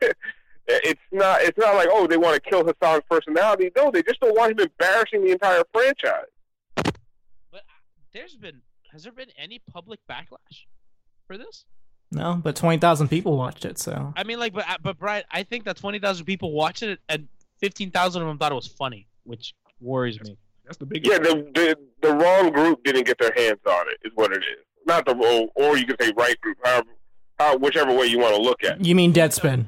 it's not it's not like oh they want to kill Hassan's personality. No, they just don't want him embarrassing the entire franchise.
uh, There's been has there been any public backlash for this?
No, but twenty thousand people watched it, so
I mean, like, but uh, but Brian, I think that twenty thousand people watched it and fifteen thousand of them thought it was funny, which worries me.
That's the big
Yeah, the, the the wrong group didn't get their hands on it. Is what it is. Not the or, or you could say right group, however, how, whichever way you want to look at. it.
you mean Deadspin?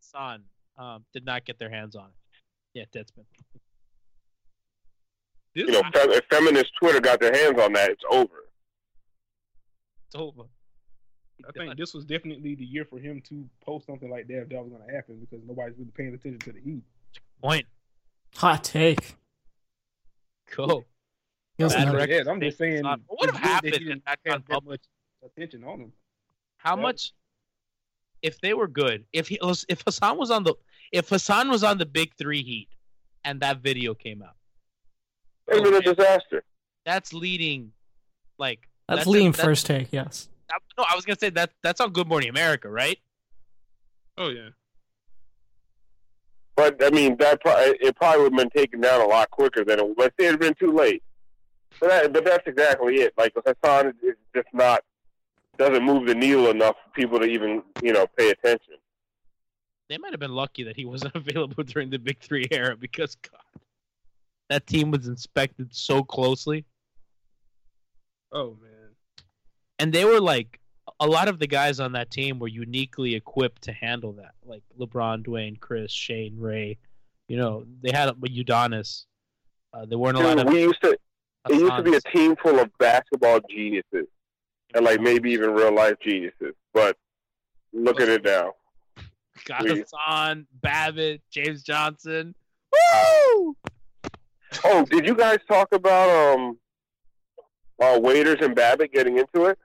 Son um, did not get their hands on it. Yeah, Deadspin.
You know, fe- if feminist Twitter got their hands on that, it's over.
It's over.
I think this was definitely the year for him to post something like that if that was going to happen because nobody's really paying attention to the heat.
Point.
Hot take.
Cool.
Yes,
Bad
no.
record. I'm just saying.
What
it's
have
good that he
happened
didn't
if that
have
got
that
public?
much attention on him?
How much? If they were good, if he was- if Hassan was on the if Hassan was on the big three heat, and that video came out,
It would have been a disaster.
that's leading, like
That's,
a-
Liam
that's-
first take. Yes.
that- no, I was gonna say that that's on Good Morning America, right?
Oh yeah.
But I mean, that pro- it probably would have been taken down a lot quicker than it. But it had been too late. But, that, but that's exactly it. Like Hassan is- is just not doesn't move the needle enough for people to even you know pay attention.
They might have been lucky that he wasn't available during the Big Three era because God, that team was inspected so closely,
Oh man.
and they were like a lot of the guys on that team were uniquely equipped to handle that, like LeBron, Dwayne, Chris, Shane, Ray. You know, they had but Udonis. Uh, there weren't a lot
Dude,
of.
we used to. It used to be a
Hassans.
team full of basketball geniuses, and like maybe even real life geniuses. But look at it now.
Got
we-
Hassan, Babbitt, James Johnson.
Woo! Oh, did you guys talk about um, uh, waiters and Babbitt getting into it?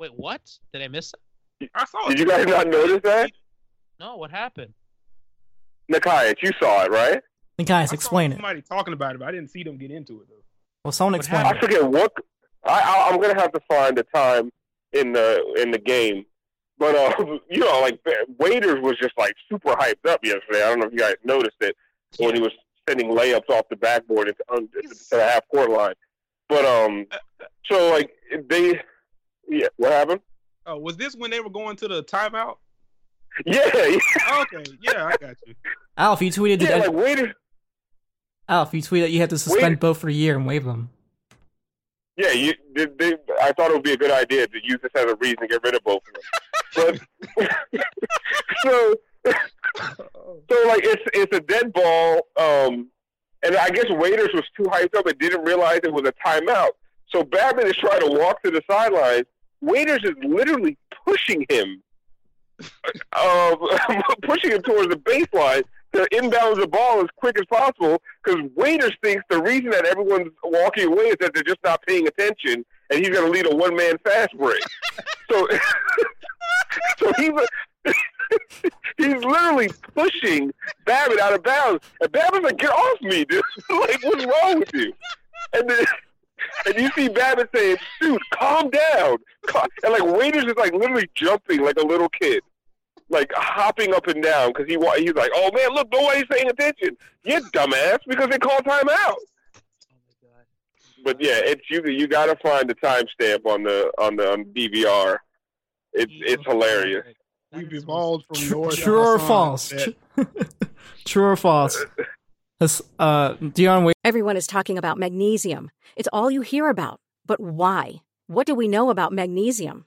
Wait, what? Did I miss it?
I saw
Did you guys not notice that?
No, what happened?
Nikias, you saw it, right?
The guys explain it.
Somebody talking about it, but I didn't see them get into it though.
Well, someone explain
I
it.
forget what. I, I I'm gonna have to find the time in the in the game, but uh, you know, like Waiters was just like super hyped up yesterday. I don't know if you guys noticed it when he was sending layups off the backboard into, un, to the half court line. But um, so like they, yeah, what happened?
Oh, was this when they were going to the timeout?
Yeah,
okay, yeah, I got you.
Alf, you tweeted.
yeah,
that,
like Waiters.
Alf, you tweeted that you had to suspend both for a year and waive them.
Yeah, you. They, they, I thought it would be a good idea to use this as a reason to get rid of both of them. But so, so like it's it's a dead ball, um, and I guess Waiters was too hyped up and didn't realize it was a timeout. So Babbitt is trying to walk to the sidelines. Waiters is literally pushing him, um, pushing him towards the baseline to inbound the ball as quick as possible because Waiters thinks the reason that everyone's walking away is that they're just not paying attention and he's going to lead a one man fast break. so, so he's, a, he's literally pushing Babbitt out of bounds. And Babbitt's like, get off me, dude. like, what's wrong with you? And then. And you see Babbitt saying, "Dude, calm down," Cal-" and like Waiters is like literally jumping like a little kid like hopping up and down because he wa- he's like, "Oh man, look, nobody's paying attention. You dumbass, because they call timeout." But yeah, it's you. You got to find the timestamp on the on the on DVR. It's it's hilarious.
We've evolved from north. to
True or
south.
false? True or false? Has, uh, Dion Wait.
Everyone is talking about magnesium. It's all you hear about. But why? What do we know about magnesium?